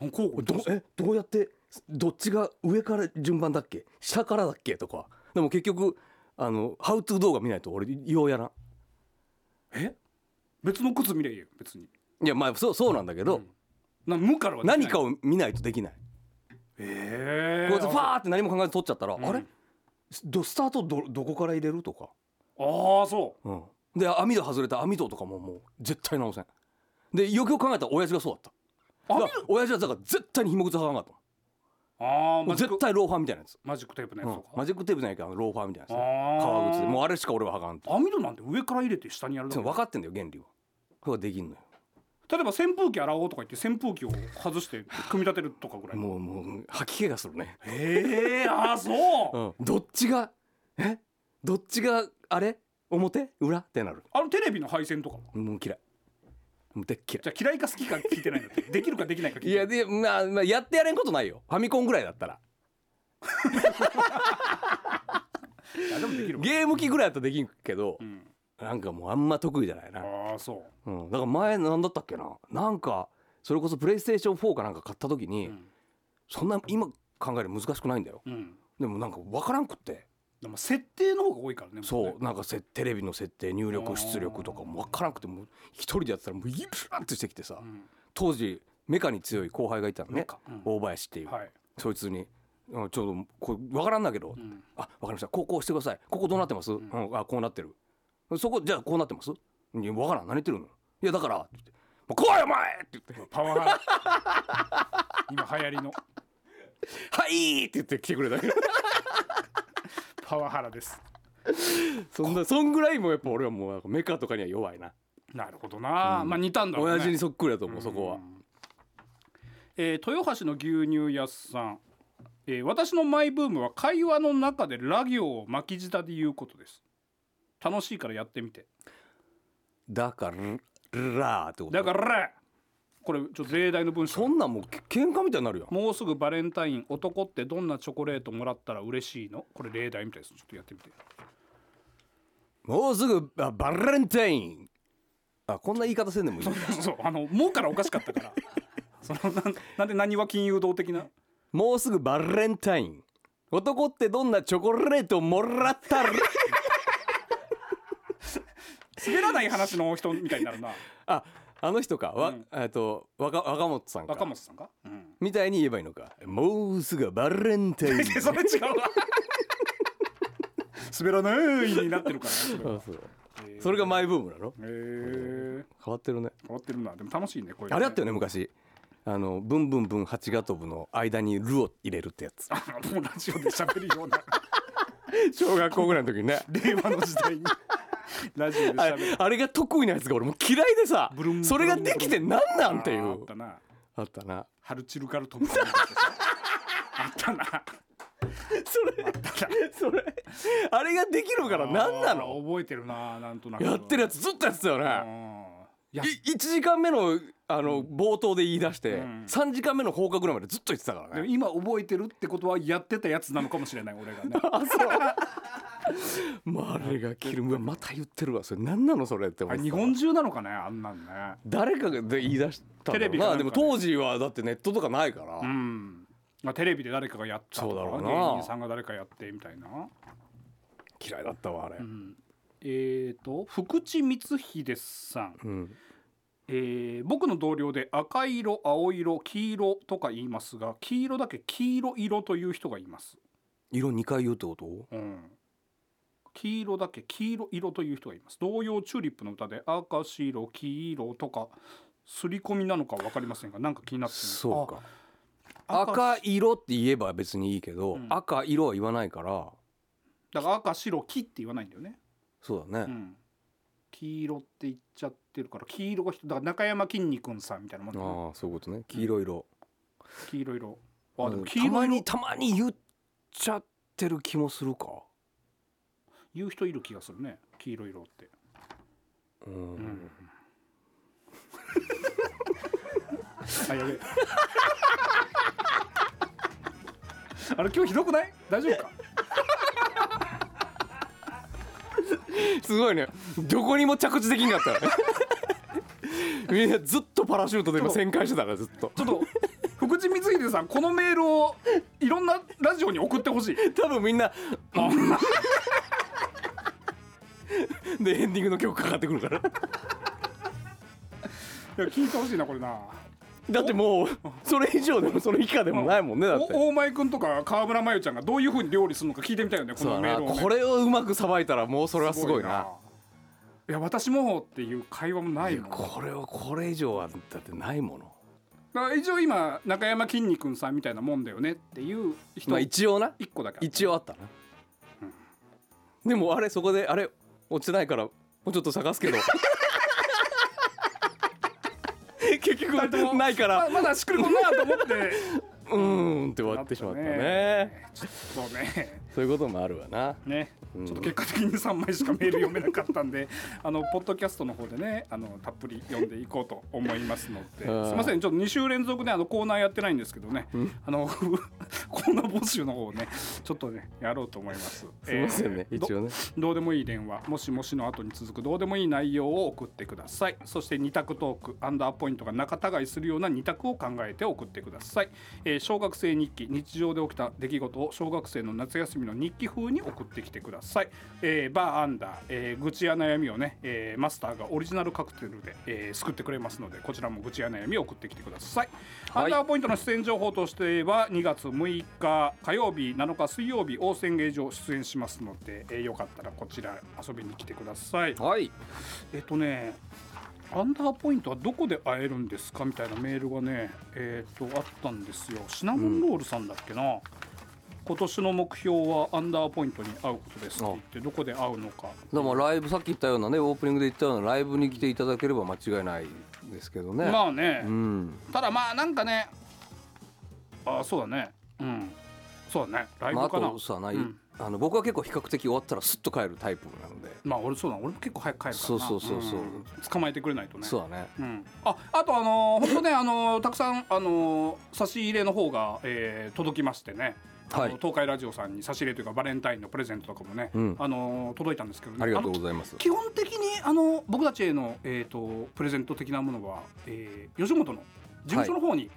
A: 交互に
B: どえどうやってどっちが上から順番だっけ下からだっけとかでも結局あのハウトゥー動画見ないと俺ようやらん
A: え別の靴見れよ別に
B: いやまあそうそうなんだけど、
A: な無からはできない
B: 何かを見ないとできない、
A: ええ
B: こうやってファーって何も考えず撮っちゃったら、
A: ん
B: あれどスタートどどこから入れるとか、
A: ああそ
B: うん、で網戸外れた網戸とかももう絶対直せんでよくよく考えたら親父がそうだった
A: う
B: だから親父はだから絶対に紐靴履かなかった
A: ああ
B: も
A: マ
B: う
A: ジック
B: 絶対ローファーみたいなやつ、
A: マジックテープの
B: う
A: やつ
B: ん
A: と、か、
B: マジックテープじゃないけどあのローファーみたいなやつね
A: ああ
B: 革靴でもうあれしか俺は履かんと
A: 網戸なんて上から入れて下にやるだ
B: そ
A: け
B: う分かってんだよ原理はそれはできんのよ
A: 例えば扇風機洗おうとか言って扇風機を外して組み立てるとかぐらい
B: もうもう吐き気がするね、
A: ええああそう、
B: うん、どっちがえどっちがあれ表裏ってなる
A: あのテレビの配線とかは
B: もう嫌いもうでっ嫌い
A: じゃあ嫌いか好きか聞いてないんだってできるかできないか聞いて
B: いやで、まあ、まあやってやれんことないよファミコンぐらいだったら
A: いやでもできるわ
B: ゲーム機ぐらいだったらできんけど
A: う、ん
B: なんかもうあんま得意じゃないな、
A: ああそう
B: うん、だから前なんだったっけななんかそれこそプレイステーション4かなんか買った時に、
A: うん
B: そんな今考える難しくないんだよ
A: うん
B: でもなんか分からんくって
A: でも設定の方が多いからねも
B: そうう
A: ね
B: なんかせテレビの設定入
A: あー
B: 力出力とかも分からんくてもう一人でやってたらもうイラッとしてきてさ、
A: うん
B: 当時メカに強い後輩がいたの
A: メ
B: ね
A: カうん
B: 大林っていう、
A: はい、
B: そいつに「うんちょうどこう分からんだけど」
A: うん
B: あ、わかりました。こうこうしてください。ここどうなってます？うん、あ、こうなってる。そこじゃあこうなってます？いやわからん。何言ってるの？いやだからって言って。もう来いお前って言って。
A: パワハラ [laughs] 今流行りの
B: はいって言って来てくれた。
A: パワハラです
B: [laughs] そんなそんぐらいもやっぱ俺はもうなんかメカとかには弱いな。
A: なるほどな、まあ似たんだろうね
B: 親父にそっくりだと思うそこは。
A: えー豊橋の牛乳屋さん、えー私のマイブームは会話の中でラ行を巻き舌で言うことです楽しいからやってみて
B: だかららーってこと。
A: だからこれちょっと例題の文章
B: そんなんもうけ喧嘩みたいになるよ。
A: もうすぐバレンタイン男ってどんなチョコレートもらったら嬉しいのこれ例題みたいですちょっとやってみて [laughs]
B: もうすぐあバレンタイン。あこんな言い方せんでもいい。
A: そうあの「も」からおかしかったから [laughs] そのなんなんで何は金融道的な
B: もうすぐバレンタイン。男ってどんなチョコレートもらった [laughs] ら。
A: 滑らない話の人みたいになるな
B: ああの人か、わ
A: うん
B: えっと若若本さんか
A: 若松さんが、うん、
B: みたいに言えばいいのかもうすぐバレンタイン [laughs]
A: それ違うわ滑らないになってるからね
B: あそうそれがマイブームなの
A: それへえ
B: 変わってるね
A: 変わってるなでも楽しいねこういうの
B: あれあったよね昔あのブンブンブン八ガトブの間にルを入れるってやつ
A: あもうラジオで喋るような
B: [laughs] 小学校ぐらいの時にね
A: 令和の時代にラジオで
B: あ
A: 喋る
B: れあれが得意なやつが俺もう嫌いでさ
A: ブルンブルン
B: それができてなんなんってい
A: ああ
B: う
A: ったな
B: あったな
A: ハルチルカルトムあったな
B: それそれあれができるからなんな
A: あ
B: の
A: ー覚えてるななんとなく
B: やってるやつずっとやってたよね
A: うんいや
B: い1時間目のあの冒頭で言い出して、
A: ん
B: 3時間目の放課ぐらいまでずっと言ってたから
A: でも
B: ね。
A: 今覚えてるってことはやってたやつなのかもしれない俺が
B: [laughs]
A: ね
B: まあ、あれが切るうわまた言ってるわそれ何なのそれって思
A: あ
B: っ
A: れ
B: て
A: 日
B: た
A: 本中なのかねあんなんね
B: 誰かがで言い出したん
A: テ
B: だろうな
A: レビかなんかで
B: でも当時はだってネットとかないから、
A: うん、まあ、テレビで誰かがやったとか
B: そうだろうな
A: 芸人さんが誰かやってみたいな、
B: 嫌いだったわあれ、
A: うん、えー、と福地光秀さん、
B: うん
A: えー僕の同僚で赤色青色黄色とか言いますが黄色だけ黄色色という人がいます、
B: 色2回言うってこと
A: うん、黄色だけ黄色色という人がいます同様チューリップの歌で赤白黄色とか刷り込みなのか分かりませんがなんか気になってます
B: そうか赤色って言えば別にいいけど、
A: うん
B: 赤色は言わないから
A: だから赤白黄って言わないんだよね、
B: そうだね、
A: うん、黄色って言っちゃってるから黄色が人だから中山きんに君さんみたいなもんだね
B: ああそういうことね黄色色、
A: 黄色色あで
B: う
A: も
B: ん
A: 黄
B: た
A: 色
B: ま
A: 色
B: にたまに言っちゃってる気もするか
A: 言う人いる気がするね黄色色って
B: うん、
A: んあやべえ [laughs] あれ今日ひどくない大丈夫か
B: すごいねどこにも着地できんか [laughs] ったよねみんなずっとパラシュートで今旋回してたからずっと
A: ちょっと福地光秀さんこのメールをいろんなラジオに送ってほしい
B: 多分みんな [laughs] でエンディングの曲かかってくるから
A: いや聞いてほしいなこれな
B: だってもうそれ以上でもそれ以下でもないもんねだって
A: お大前君とか川村真由ちゃんがどういうふうに料理するのか聞いてみたいよねこ
B: そ
A: の
B: う
A: メー
B: だ
A: ルを、
B: な
A: ね、
B: これをうまくさばいたらもうそれはすご
A: すご
B: いな
A: いないや私もっていう会話もないもん
B: これをこれ以上はだってないもの
A: だから一応今中山きんに君さんみたいなもんだよねっていう人
B: まあ
A: 一
B: 一応な
A: 個だから
B: 一応あったな、でもあれそこであれ落ちてないからもうちょっと
A: [laughs]
B: 探すけど結
A: 二人とも
B: 局ない
A: ま
B: から
A: あまだしっくりこんなと思って
B: うーんって終わってしまったね
A: なったそうね
B: そういうこともあるわな
A: ね、
B: うん
A: ちょっと結果的に3枚しかメール読めなかったんで [laughs] あのポッドキャストの方でねあのたっぷり読んでいこうと思いますので
B: うん
A: すいませんちょっと2週連続ねあのコーナーやってないんですけどねあの [laughs] コーナー募集の方をねちょっとねやろうと思います。
B: すいませんね、
A: えー
B: 一応ね
A: どうでもいい電話もしもしの後に続くどうでもいい内容を送ってくださいそして二択トークアンダーポイントが仲違いするような二択を考えて送ってください、えー小学生日記日常で起きた出来事を小学生の夏休みの日記風に送ってきてください、えーバーアンダー、えー愚痴や悩みをね、えーマスターがオリジナルカクテルで、えー救ってくれますのでこちらも愚痴や悩みを送ってきてください、
B: はい
A: アンダーポイントの出演情報としては2月6日火曜日7日水曜日大仙芸場出演しますので、えーよかったらこちら遊びに来てください
B: はい
A: えっとねアンダーポイントはどこで会えるんですかみたいなメールがねえっとあったんですよシナモンロールさんだっけな、今年の目標はアンダーポイントに会うことですって言ってどこで会うのか
B: でもライブさっき言ったようなねオープニングで言ったようなライブに来ていただければ間違いないですけどね、
A: まあね、
B: うん
A: ただまあなんかねあそうだねうんそうだねライ
B: まあ、
A: ブ
B: あ
A: かな、
B: とさない、
A: うん
B: あの僕は結構比較的終わったらスッと帰るタイプなので、
A: まあ俺そうだ俺も結構早く帰るからな
B: そうそうそうそうん
A: 捕まえてくれないとね
B: そうだね
A: うん、ああとあのー本当ねあのーたくさんあのー差し入れの方が、えー届きましてねあの
B: はい
A: 東海ラジオさんに差し入れというかバレンタインのプレゼントとかもね、
B: うん
A: あのー届いたんですけど、ね、
B: ありがとう
A: あ
B: ご
A: の
B: ざいます
A: 基本的にあの僕たちへの、えー、とプレゼント的なものは、えー吉本の事務所の方に、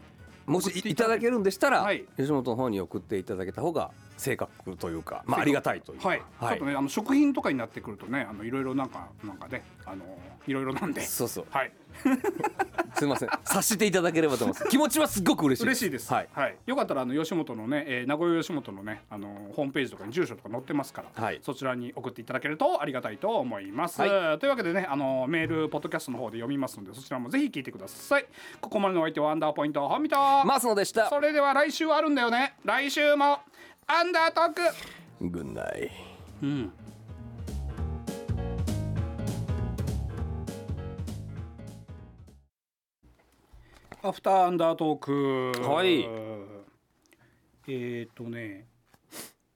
B: もしいいただけるんでしたら、
A: はい
B: 吉本の方に送っていただけた方が正確というか、まあ、
A: 正
B: あ
A: 確
B: りがたいというか
A: はい
B: は
A: ちょっ
B: い
A: とねあの食品とかになってくるとねあのいろいろなんかなんかねあのーいろいろなんで、
B: そうそう
A: はい、
B: すみません察していただければと思います気持ちはすごく嬉しい
A: 嬉しいです。
B: はい、
A: よかったらあの吉本のね、えー名古屋吉本のね、あのーホームページとかに住所とか載ってますから、
B: はい
A: そちらに送っていただけるとありがたいと思います。
B: は
A: というわけでね、あのーメールポッドキャストの方で読みますので、そちらもぜひ聞いてください。ここまでのお相手はアンダーポイント本見と。
B: マスノでした
A: それでは来週はあるんだよね。来週もアンダートーク。
B: グッナイ
A: うん。アフターアンダートーク。
B: はい。
A: えっ、ー、とね。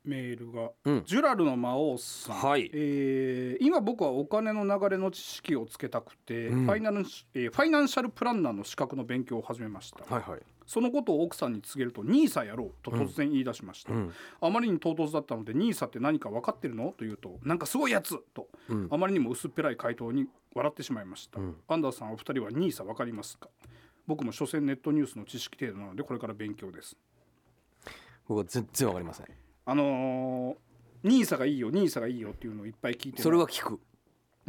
A: メールが、
B: うん
A: ジュラルの魔王さん、
B: はい
A: えー今僕はお金の流れの知識をつけたくて、ファイナルシ、えーファイナンシャルプランナーの資格の勉強を始めました、
B: はいはい
A: そのことを奥さんに告げると「ニーサやろう」と突然言い出しました、
B: うん
A: あまりに唐突だったので「ニーサって何か分かってるの?」と言うと「なんかすごいやつ!」と、
B: うん
A: あまりにも薄っぺらい回答に笑ってしまいました、
B: うん
A: アンダーさんお二人は「ニーサ分かりますか?」僕も所詮ネットニュースの知識程度なのでこれから勉強です
B: 僕は全然わかりません
A: あのー、ニーサがいいよニーサがいいよっていうのをいっぱい聞いて
B: それは聞く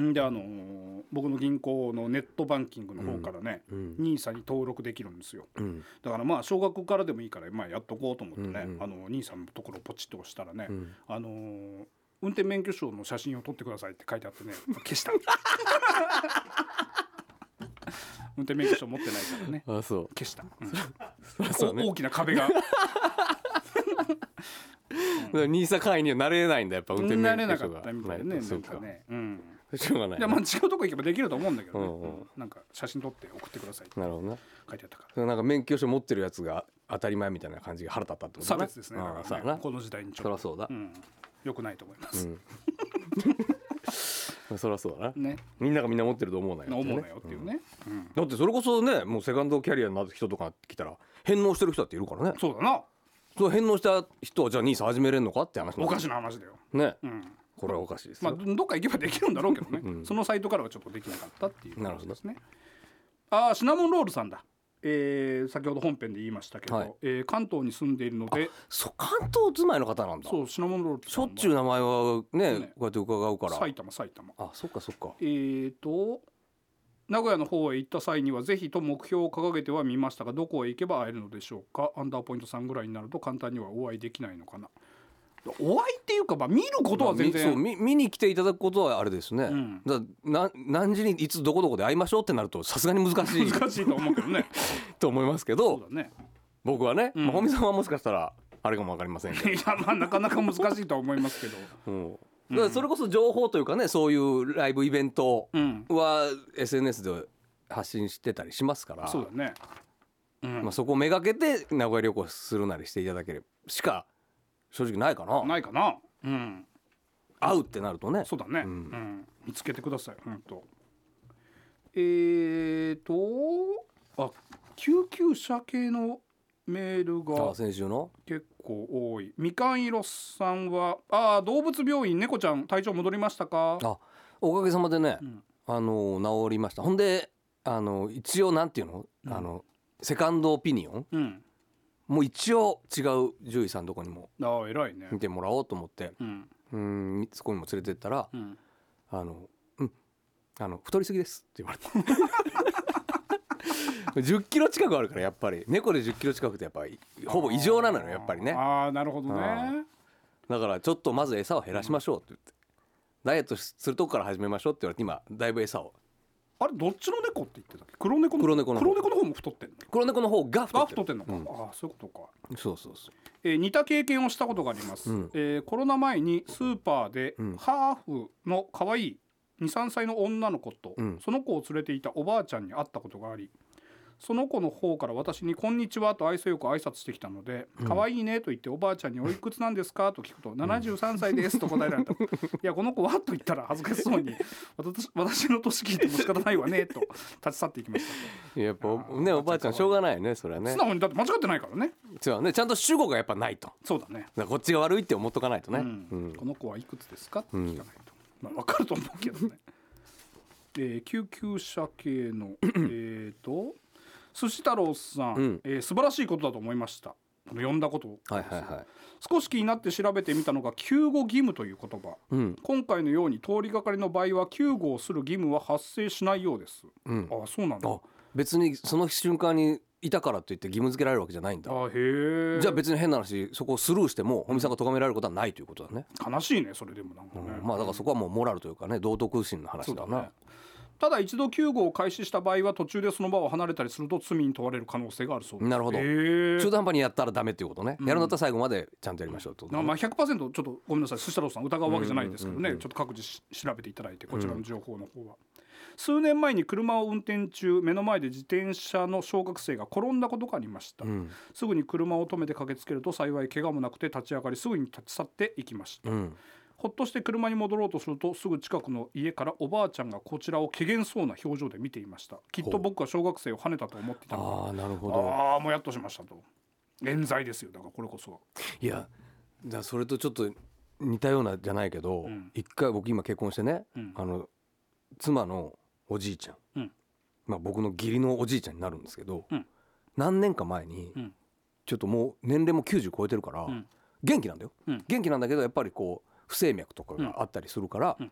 A: んであのー僕の銀行のネットバンキングの方からね、
B: うん
A: ニーサに登録できるんですよ
B: うん
A: だからまあ小学からでもいいからまあやっとこうと思ってね、
B: うんうん
A: あの兄さんのところをポチッと押したらね、
B: うん
A: あのー運転免許証の写真を撮ってくださいって書いてあってね消した [laughs] 運転免許証持ってないからね
B: あそう
A: 消した、うん
B: そりゃそうね
A: お大きな壁が
B: ニーサ会員にはなれないんだやっぱ運転
A: 慣れ
B: 免許
A: なか
B: 証
A: っ
B: が
A: たみたい
B: な
A: ね
B: い
A: な
B: そうん
A: か
B: か
A: ねうん
B: しょうがない
A: で
B: な
A: まあ違うとこ行けばできると思うんだけどね、
B: うんうん
A: なんか写真撮って送ってくださいって
B: なるほどな
A: 書いてあったから
B: そのなんか免許証持ってるやつが当たり前みたいな感じが腹立ったってこと
A: 差
B: だな
A: 別ですねだ
B: ああ
A: か
B: そう
A: ら
B: や
A: ね
B: な
A: この時代にち
B: そり
A: ょ
B: ゃ
A: っと、
B: そうだ
A: う、ん、よくないと思います、
B: うん、そりゃそうだな
A: ね
B: みんながみんな持ってると思うなよ
A: 思う
B: ね
A: なよっていうね、うん
B: だってそれこそねもうセカンドキャリアになる人とか来たら返納してる人だっているからね
A: そうだな
B: その返納した人はじゃあニーサ始めれんのかって話
A: おかし
B: な
A: な話だよ、
B: ね
A: うん、
B: これはおかしいです
A: ま
B: よ、
A: あどどっか行けばできるんだろうけどね、
B: うん
A: そのサイトからはちょっとできなかったっていう
B: なるほ
A: 話
B: ど
A: ですねああシナモンロールさんだえー先ほど本編で言いましたけど、
B: はい
A: えー関東に住んでいるので
B: そう関東住まいの方なんだ
A: そうシナモンロール
B: しょっちゅう
A: う
B: 名前はね
A: ね
B: こうやって伺うから
A: 埼玉埼玉
B: あそっかそっか
A: えー、と名古屋の方へ行った際にはぜひと目標を掲げてはみましたがどこへ行けば会えるのでしょうかアンダーポイントさんぐらいになると簡単にはお会いできないのかなお会いっていうか、まあ、見ることは全
B: まあ
A: 然、
B: みそう見見に来ていただくことはあれですね、
A: ん
B: だな何時にいつどこどこで会いましょうってなるとさすがに
A: [laughs]
B: 難しい
A: 難しいと思うけど
B: [laughs]
A: ね
B: と思いますけ
A: そう
B: ど
A: だね
B: 僕はね、
A: うん
B: まあ、本見さんはもしかしたらあれかも分かりませんけ
A: [laughs] いやまあなかなか難しいとは思いますけど
B: ど、うん、だからそれこそ情報というかねそういうライブイベント
A: うん
B: は SNS で発信してたりしますから
A: そうだねうん、
B: まあ、そこをめがけて名古屋旅行するなりしていただければしか正直ないかな
A: ないかなうん
B: 会うってなるとね
A: そうだね、う
B: うんん
A: 見つけてください本当えーとあ救急車系のメール
B: あ
A: が
B: 先週の
A: 結構多いみかんいろさんは「ああ動物病院猫ちゃん体調戻りましたか?」
B: あおかげさまでね、
A: うん
B: あの治りましたほんであの一応なんていうの,、
A: うん
B: あのセカンドオピニオン
A: うん
B: もう一応違う獣医さんのとこにも
A: ああ偉いね
B: 見てもらおうと思って
A: うん
B: うんそこにも連れてったら
A: うん
B: 「あのうんあの太りすぎです」って言わ [laughs] れて10キロ近くあるからやっぱり猫で10キロ近くってやっぱりほぼ異常なのよやっぱりね
A: ああなるほどね
B: だからちょっとまず餌を減らしましょうって言って、ダイエットするとこから始めましょうって言われて今だいぶ餌を
A: あれどっちの猫って言ってたっけ黒猫の
B: 黒猫の方
A: 黒猫の方も太ってんの
B: 黒猫の方が太
A: あ
B: って
A: 太
B: る
A: ってんのか、
B: うん
A: ああそういうことか
B: そうそうそう
A: えー似た経験をしたことがあります、
B: うん
A: えーコロナ前にスーパーで
B: うん
A: ハーフの可愛い23歳の女の子と、
B: うん
A: その子を連れていたおばあちゃんに会ったことがありその子の方から私に「こんにちは」と愛想よく挨拶してきたので「可愛いね」と言っておばあちゃんに「おいくつなんですか?」と聞くと「73歳です」と答えられ
B: [laughs]
A: た「いやこの子は?」と言ったら恥ずかしそうに「私私の年聞いても仕方ないわね」
B: [laughs]
A: と立ち去っていきまし
B: やっぱ
A: あー
B: ねおばあちゃんしょうがないよねそれは
A: た
B: ね
A: 素直にだって間違ってないからね
B: そうだねちゃんと主語がやっぱないとだか
A: そうだね
B: らこっちが悪いって思っとかないとね、
A: うん
B: うん
A: この子はいくつですかって聞かないと、まあ、分かると思うけどね [laughs] えー救急車系
B: [clears throat]
A: のえっと寿司太郎さん、
B: うん
A: えー素晴らしいことだと思いましたこの呼んだことを
B: はいはいはい
A: 少し気になって調べてみたのが救護義務という言葉
B: うん
A: 今回のように通りがかりの場合は救護をする義務は発生しないようです、
B: うん
A: ああそうなんだ
B: あ別にその瞬間にいたからといって義務付けられるわけじゃないんだ
A: あへえ
B: じゃあ別に変な話そこをスルーしてもおみさんが咎められることはないということだね、
A: 悲しいねそれでもなんか
B: う
A: ね、
B: んまあだからそこはもうモラルというかね道徳心の話だ
A: そうだ
B: な
A: ねただ一度救護を開始した場合は途中でその場を離れたりすると罪に問われる可能性があるそうです
B: なるほど
A: へー
B: 中途半端にやったらダメっていうことね、やるんだったら最後までちゃんとやりましょうってこと
A: な
B: ね、
A: まあ100%ちょっとごめんなさい寿司太郎さん疑うわけじゃないですけど
B: うんうん
A: ね
B: うん
A: ちょ
B: うん
A: っと各自し調べていただいてこちらの情報の方は。数年前に車を運転中目の前で自転車の小学生が転んだことがありました、
B: うん
A: すぐに車を止めて駆けつけると幸い怪我もなくて立ち上がりすぐに立ち去っていきました、
B: うん
A: ほっとして車に戻ろうとするとすぐ近くの家からおばあちゃんがこちらを怪げそうな表情で見ていましたきっと僕は小学生を跳ねたと思っていたの
B: ああなるほ
A: で
B: ど
A: ああーもうやっとしましたと冤罪ですよだからこれこそ
B: いやだからそれとちょっと似たようなじゃないけど、
A: うん
B: 一回僕今結婚してね、
A: うん
B: あの妻のおじいちゃん、
A: うん
B: まあ、僕の義理のおじいちゃんになるんですけど、
A: うん
B: 何年か前に、
A: うん
B: ちょっともう年齢も90超えてるから、
A: うん
B: 元気なんだよ、
A: うん
B: 元気なんだけどやっぱりこう不整脈とかがあったりするから、
A: うん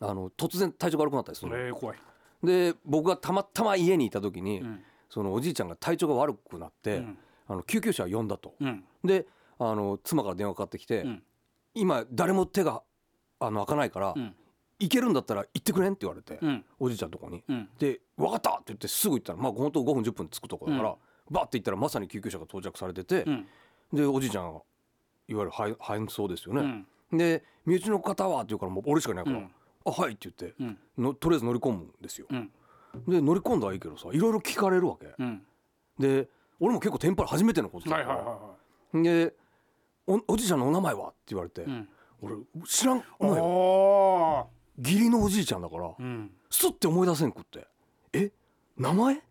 B: あの突然体調が悪くなったりす
A: そ
B: るの、
A: れ怖い、
B: で僕がたまたま家にいた時に、
A: うん
B: そのおじいちゃんが体調が悪くなって、
A: うん
B: あの救急車を呼んだと。
A: うん
B: であの妻から電話かかってきて、
A: うん
B: 今誰も手があの開かないから、
A: うん
B: 行けるんだったら行ってくれんって言われて、
A: うん
B: おじいちゃんとこに、
A: うん
B: で「分かった!」って言ってすぐ行ったらまあ本当5分10分着くとこだから、
A: うん
B: バッて行ったらまさに救急車が到着されてて、
A: うん
B: でおじいちゃんがいわゆる搬搬送ですよ
A: う
B: ね、
A: ん
B: で身内の方はって言うからもう俺しかいないから
A: う
B: 「
A: ん
B: あはい」って言って
A: うん
B: のとりあえず乗り込むんですよ、
A: うん
B: で乗り込んだらいいけどさいろいろ聞かれるわけ、
A: うん
B: で俺も結構テンパる初めてのことだ
A: は
B: か
A: いはいは
B: ら、
A: いは
B: でお「おじいちゃんのお名前は?」って言われて、
A: いうん
B: 俺知らん
A: あ
B: のよ
A: あ
B: 義理のおじいちゃんだから、
A: うん
B: すって思い出せんくってえ名前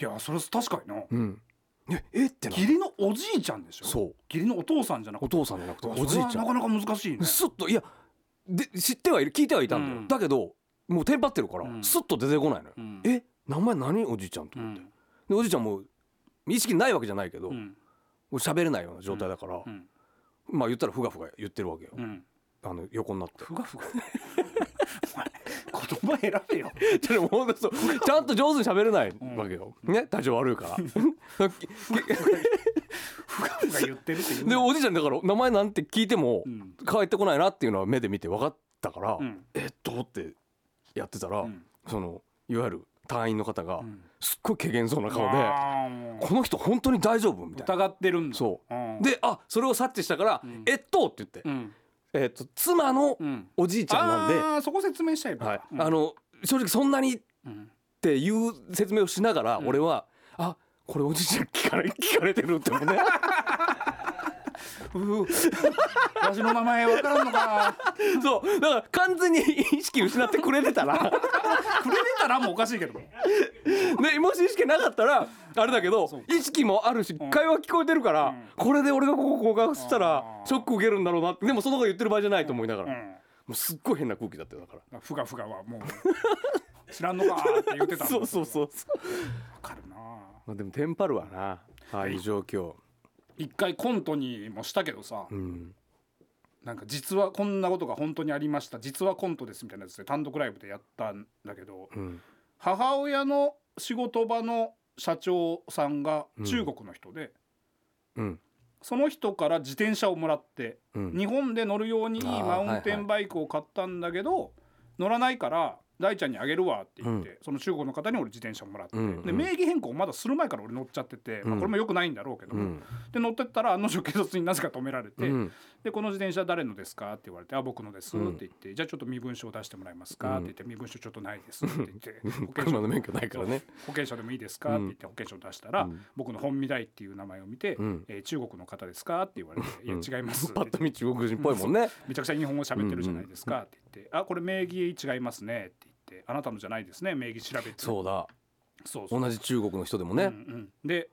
A: いやそれ確かにな
B: うんええってな
A: 義理のおじいちゃんでしょ
B: そう
A: 義理のお父さんじゃなく
B: お
A: て
B: 父さんじゃなくて
A: うわ
B: おじい
A: それ
B: ちゃん
A: はなかなか難しいね
B: すっといやで知ってはいる聞いてはいたんだよ、
A: うん
B: だけどもうテンパってるから、
A: うん
B: すっと出てこないのよ、
A: うん
B: え名前何おじいちゃんと
A: う
B: 思って、
A: ん
B: でおじいちゃんも意識ないわけじゃないけど、
A: う
B: も
A: ん
B: う喋れないような状態だから、
A: うん
B: まあ言ったらふがふが言ってるわけよ、
A: うん
B: あの横になって
A: ふがふがお前言葉選べよ
B: [laughs] ちょっともうそうちゃんと上手に喋れないわけよ、ね体調悪
A: [laughs]
B: いから
A: ふがふが言ってるって言う
B: で
A: な
B: おじいちゃんだから名前なんて聞いても
A: うん
B: 帰ってこないなっていうのは目で見て分かったから、
A: うん
B: えっとってやってたら、
A: うん
B: そのいわゆる隊員の方が
A: ん
B: すっごい怪げそうな顔で、
A: あーもう
B: この人本当に大丈夫みたいな。
A: 疑ってるんだ
B: そ
A: うん
B: うであそれを察知したから「
A: ん
B: えっと」って言って、
A: うん
B: えっと妻の
A: うん
B: おじいちゃんなんで、
A: あーそこ説明しちゃえば
B: はい
A: うん
B: あの正直そんなにっ
A: うん
B: ていう説明をしながら、俺は「あこれおじいちゃん聞かれ聞かれてる」って思
A: [laughs]
B: うね。
A: ううわしの名前わからんのか [laughs]
B: そうだから完全に意識失ってくれてた
A: [laughs]
B: ら
A: くれてたらもうおかしいけど
B: ねもし意識なかったらあれだけど意識もあるし会話聞こえてるからこれで俺がここ告白したらショック受けるんだろうなってでもその子が言ってる場合じゃないと思いながらも
A: う
B: うすっごい変な空気だったよだか
A: んふがふがはもう [laughs] 知らんのかーって言ってた
B: ら
A: んだ
B: [laughs] そうそうそう
A: わかるなあ
B: まあでもテンパるわなああいう状況
A: 一回コントにもしたけどさ、
B: うん
A: なんか実はこんなことが本当にありました実はコントですみたいなやつで単独ライブでやったんだけど
B: うん
A: 母親の仕事場の社長さんが中国の人で、
B: うん
A: その人から自転車をもらって、
B: うん
A: 日本で乗るようにいい
B: あー
A: マウンテンバイクを買ったんだけど、乗らないから大ちゃんにあげるわって言って、その中国の方に俺自転車をもらって、
B: うん
A: で名義変更をまだする前から俺乗っちゃってて、まあ、これも良くないんだろうけども、
B: うん
A: で乗ってったら案の定警察になぜか止められて、
B: うん
A: でこの自転車誰のですか?」って言われて「あ僕のです」って言って、じゃあちょっと身分証出してもらえますか?」って言って「身分証ちょっとないです」って言って保険
B: [laughs] 車の免許ないからね
A: そう保険証でもいいですか?」って言って保険証出したら、僕の本見台っていう名前を見て「
B: ん
A: えー中国の方ですか?」って言われて「いや違います」
B: [laughs] パッと見中国人っぽいもんね
A: めちゃくちゃ日本語喋ってるじゃないですか」って言って「あこれ名義違いますね」って言って「あなたのじゃないですね名義調べて」
B: そうだ
A: そうそう
B: 同じ中国の人でも
A: う
B: ね
A: んうん、で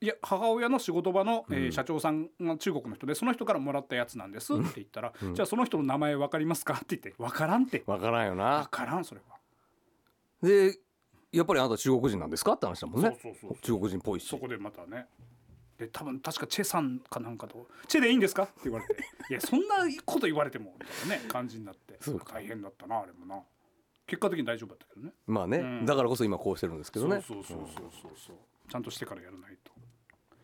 A: いや母親の仕事場の、えー社長さんが中国の人でその人からもらったやつなんですって言ったら、じゃあその人の名前わかりますかって言ってわからんって
B: わからんよ
A: わ
B: な
A: からんそれは
B: でやっぱりあなた中国人なんですかって話だもんね
A: そうそうそう
B: 中国人っぽいし
A: そこでまたねで多分確かチェさんかなんかと「チェでいいんですか?」って言われ
B: [laughs]
A: て「いやそんなこと言われても」みたいなね感じになって
B: そうか
A: 大変だったなあれもな結果的に大丈夫だったけどね
B: まあね、
A: うん
B: だからこそ今こうしてるんですけどね
A: そうそうそうそうそうそうちゃんとしてからやらないと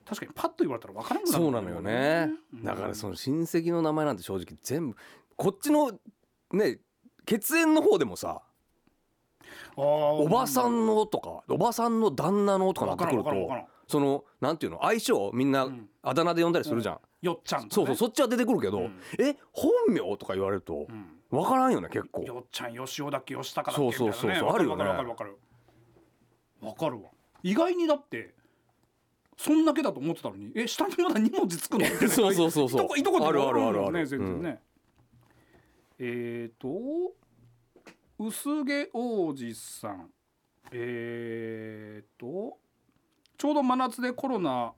A: 確かにパッと言われたらわからんくなる
B: そうなのよね、
A: うん
B: だからその親戚の名前なんて正直全部こっちのね血縁の方でもさ
A: お
B: おばさんのとかおばさんの旦那のとかなってくる
A: わからんわからんわ
B: と
A: からん
B: そのなんていうの相性みんなんあだ名で呼んだりするじゃん、
A: よっちゃんとね、
B: そうそうそっちは出てくるけど、
A: うん
B: え本名とか言われると
A: ん
B: 分からんよね結構
A: よっちゃんよしおだっけよしたから
B: そうそうそうそう
A: わか
B: あるよね
A: わかるわかるわかるわかるわ意外にだってそんだけだと思ってたのにえ下にまだ2文字つくの
B: [laughs] そうそうそうそう
A: いとこいとこで
B: あるあるあるある
A: わかんないもんね全然ね、えーと薄毛王子さんえーとちょうど真夏でコロナ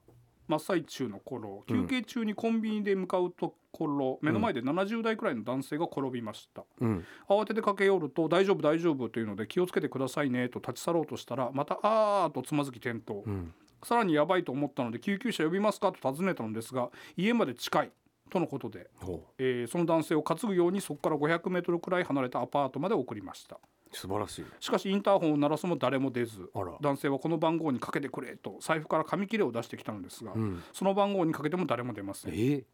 A: 真っ最中の頃休憩中にコンビニで向かうところ、目の前で70代くらいの男性が転びました、
B: うん
A: 慌てて駆け寄ると「大丈夫大丈夫」というので「気をつけてくださいね」と立ち去ろうとしたらまた「あー」とつまずき転倒、
B: ん
A: さらにやばいと思ったので「救急車呼びますか?」と尋ねたのですが家まで近いとのことで、
B: ほう
A: えーその男性を担ぐようにそこから5 0 0ルくらい離れたアパートまで送りました
B: 素晴らしい
A: しかしインターホンを鳴らすも誰も出ず
B: あら
A: 男性はこの番号にかけてくれと財布から紙切れを出してきたのですが、
B: ん
A: その番号にかけても誰も出ませ
B: え
A: ん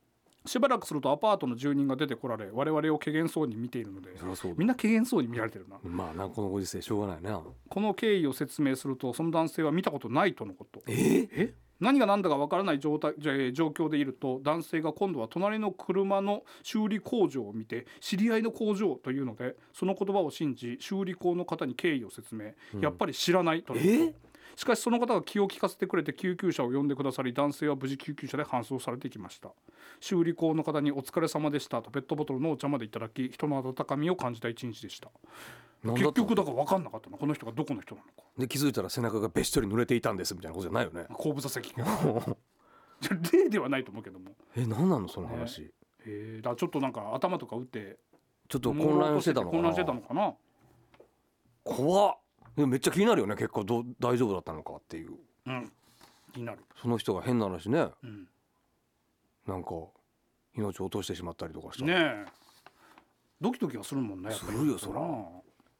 A: しばらくするとアパートの住人が出てこられ我々を怪げそうに見ているので
B: そりゃそうだ
A: みんな怪げそうに見られてるな
B: まあなんかこのご時世しょうがないな
A: この経緯を説明するとその男性は見たことないとのこと
B: え
A: 何が何だかわからない状態じゃえー状況でいると男性が今度は隣の車の修理工場を見て知り合いの工場というのでその言葉を信じ修理工の方に経緯を説明、やっぱり知らないとのこと
B: え
A: しかしその方が気を利かせてくれて救急車を呼んでくださり男性は無事救急車で搬送されていきました修理工の方に「お疲れ様でした」とペットボトルのお茶までいただき人の温かみを感じた一日でした
B: なんだ
A: 結
B: ったの
A: 局だから分かんなかったなこの人がどこの人なのか
B: で気づいたら背中がべっしょり濡れていたんですみたいなことじゃないよね
A: 後部座席
B: [laughs]
A: がじゃあ例ではないと思うけども
B: え何なのその話、
A: えー、だからちょっとなんか頭とか打って
B: ちょっと混乱してたのか
A: 混乱
B: な
A: してたのかな
B: 怖っでもめっちゃ気になるよね結果どう大丈夫だったのかっていう
A: うん気になる
B: その人が変な話ね
A: うん
B: なんか命を落としてしまったりとかしたら、
A: ねえドキドキはするもんねやっぱり
B: するよそら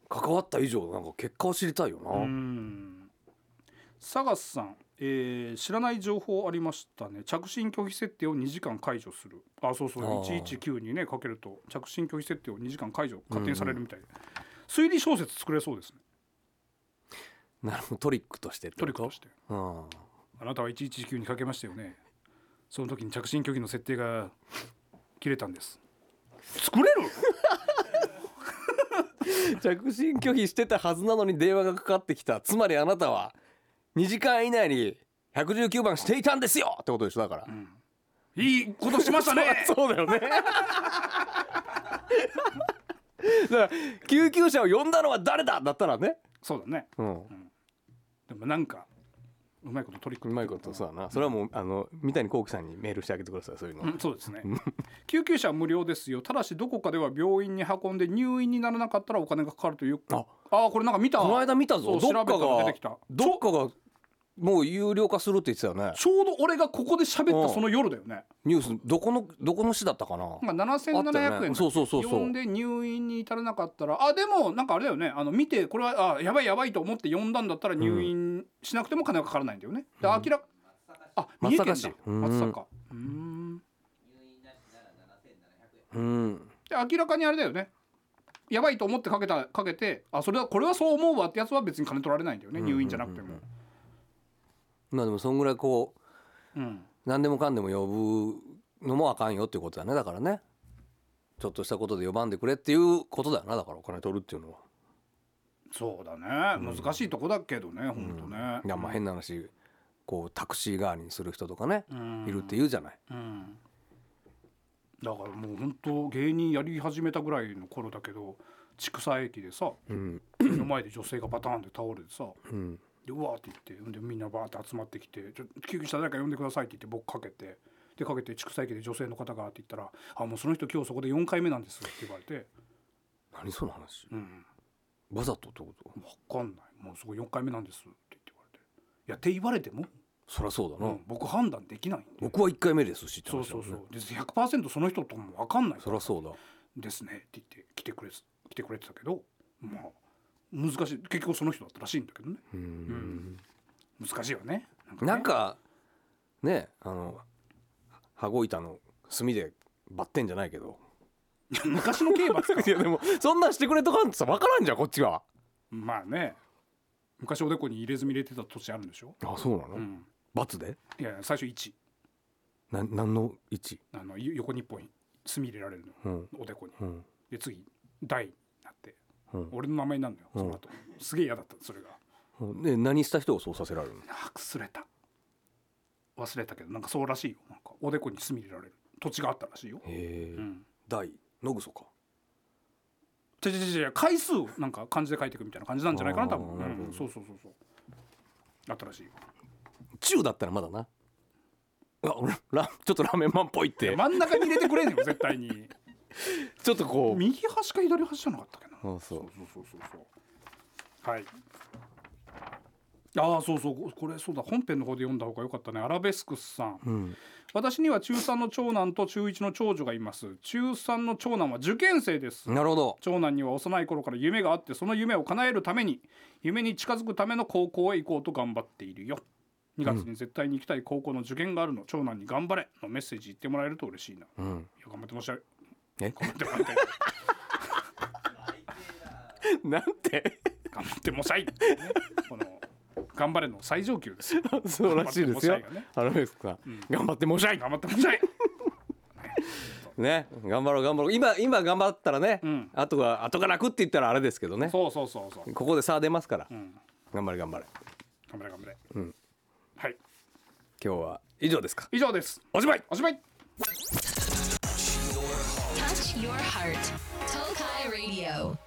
B: 関わった以上なんか結果を知りたいよな、
A: うんサガスさん、えー知らない情報ありましたね着信拒否設定を2時間解除するあそうそう
B: あー
A: 119にねかけると着信拒否設定を2時間解除勝手にされるみたいで、推理小説作れそうですね
B: なるほどトリックとしてって
A: ト
B: こ
A: リックとして
B: うん
A: あなたは119にかけましたよねその時に着信拒否の設定が切れたんです作れる
C: 着信拒否してたはずなのに電話がかかってきたつまりあなたは2時間以内に119番していたんですよってことでしょだから、
A: いいことしま
B: [laughs]
A: したね
C: そうだよねだから救急車を呼んだのは誰だだったらね
A: そうだね
B: うん、
A: でもなんかうまいことトリック
B: うまいことそうだなそれはもうあの三谷幸喜さんにメールしてあげてくださいそういうの、
A: うんそうですね救急車は無料ですよただしどこかでは病院に運んで入院にならなかったらお金がかかるという
B: あ
A: あーこれなんか見た
B: この間見たぞ
A: そ
B: ど
A: う
B: っか
A: 調べたら出てき
B: が
A: た
B: どっかがもう有料化するって言ってたよね
A: ちょうど俺がここで喋っ
B: うん
A: たその夜だよね、
B: ニュースどこのどこの市だったかな、
A: なんか
B: あった
A: 7700
B: よ
A: 円
B: ねそうそうそうそう
A: 呼んで入院に至らなかったらあでもなんかあれだよねあの見てこれはあやばいやばいと思って呼んだんだったら入院しなくても金がかからないんだよね、で明らあ三重県だ
B: 松阪市うん
A: 松阪うーん
B: うん
A: で明らかにあれだよねやばいと思ってかけたかけてあそれはこれはそう思うわってやつは別に金取られないんだよね入院じゃなくても、
B: まあでもそんぐらいこ
A: う
B: う
A: ん、
B: 何でもかんでも呼ぶのもあかんよっていうことだねだからねちょっとしたことで呼ばんでくれっていうことだよなだからお金取るっていうのは、
A: そうだね難しいとこだけどね、ほんとね
B: いやまあ変な話こうタクシー代わりにする人とかね、
A: うん
B: いるって言うじゃない
A: うんだからもう本当芸人やり始めたぐらいの頃だけど畜産駅で
B: [clears throat]
A: さ、
B: ん
A: 目の前で女性がバターンで倒れてさ
B: うん
A: でうわーって言ってほんでみんなバーって集まってきて「ちょ救急車誰か呼んでください」って言って僕かけてでかけて畜産駅で女性の方がって言ったら「あもうその人今日そこで4回目なんです」って言われて
B: 何その話
A: 「うん
B: わざとってこと
A: 分かんないもうそこ4回目なんです」って言って言われて「いやって言われても、
B: そりゃそうだ
A: う
B: な、
A: ん、僕判断できないんで」
B: 僕は1回目ですしって
A: そう
B: 話だ
A: そ
B: も
A: うん
B: ね
A: そうで100%その人とも分かんない
B: そりゃそうだ
A: ですねって言って来てくれ来てくれてたけどまあ難しい結局その人だったらしいんだけどね
B: うん
A: 難しいよねなんかね
B: なんかねあの羽子板の墨でバッテンじゃないけど
A: [laughs] 昔の刑罰か [laughs]
B: [laughs] いやでもそんなんしてくれとかんとさ分からんじゃんこっちが
A: まあね昔おでこに入れ墨入れてた年あるんでしょ、
B: あそうなの、
A: うん、
B: 罰で
A: いやいや最初1
B: な何の位置
A: あのゆ横に一本墨入れられる
B: うん
A: のおでこに
B: うん
A: で次大になって、
B: うん
A: 俺の名前になるのよその後、すげえ嫌だったそれが
B: うんで何した人がそうさせられるの
A: あくれた忘れたけどなんかそうらしいよなんかおでこに墨入れられる土地があったらしいよ、
B: へ
A: う
B: え
A: ん
B: 大のぐそか
A: 違う違う違う回数をなんか漢字で書いていくみたいな感じなんじゃないかな多
B: あ
A: 分、
B: ーなるほど
A: うんそうそうそうそうあったらしいよ
B: 中だったらまだなあ俺ラちょっとラーメンマンっぽいって
A: 真ん中に入れてくれんよ絶対
B: [laughs]
A: に
B: ちょっとこう
A: 右端か左端じゃなかったっけな
B: そうそう
A: そうそうそうそうはいああそうそうここれそうだ本編の方で読んだ方が良かったねアラベスクスさん、
B: ん
A: 私には中3の長男と中1の長女がいます中3の長男は受験生です
B: なるほど
A: 長男には幼い頃から夢があってその夢を叶えるために夢に近づくための高校へ行こうと頑張っているよ2月に絶対に行きたい高校の受験があるの長男に頑張れのメッセージ言ってもらえると嬉しいな、い
D: うん
A: や頑張ってましたよ
D: え
A: 頑張ってもらいたい
B: なんて
A: 頑張ってもさいっていうねこの頑張れの最上級ですよ
B: [laughs] そうらしいです
A: 頑張ってもしゃ
B: よ
A: いがね
B: アラフェスクさん、頑張ってもしゃい
A: 頑張ってもさい
B: ね頑張ろう頑張ろう今今頑張ったらね、
A: ん
B: あとは後が楽って言ったらあれですけどね
A: そうそうそうそう、
B: ここで差出ますから、
A: うん、
B: 頑張れ頑張れ
A: 頑張れ頑張れ、はい
B: 今日は以上ですか
A: 以上ですおしまいおしまい
E: Touch your heart. Tokai Radio.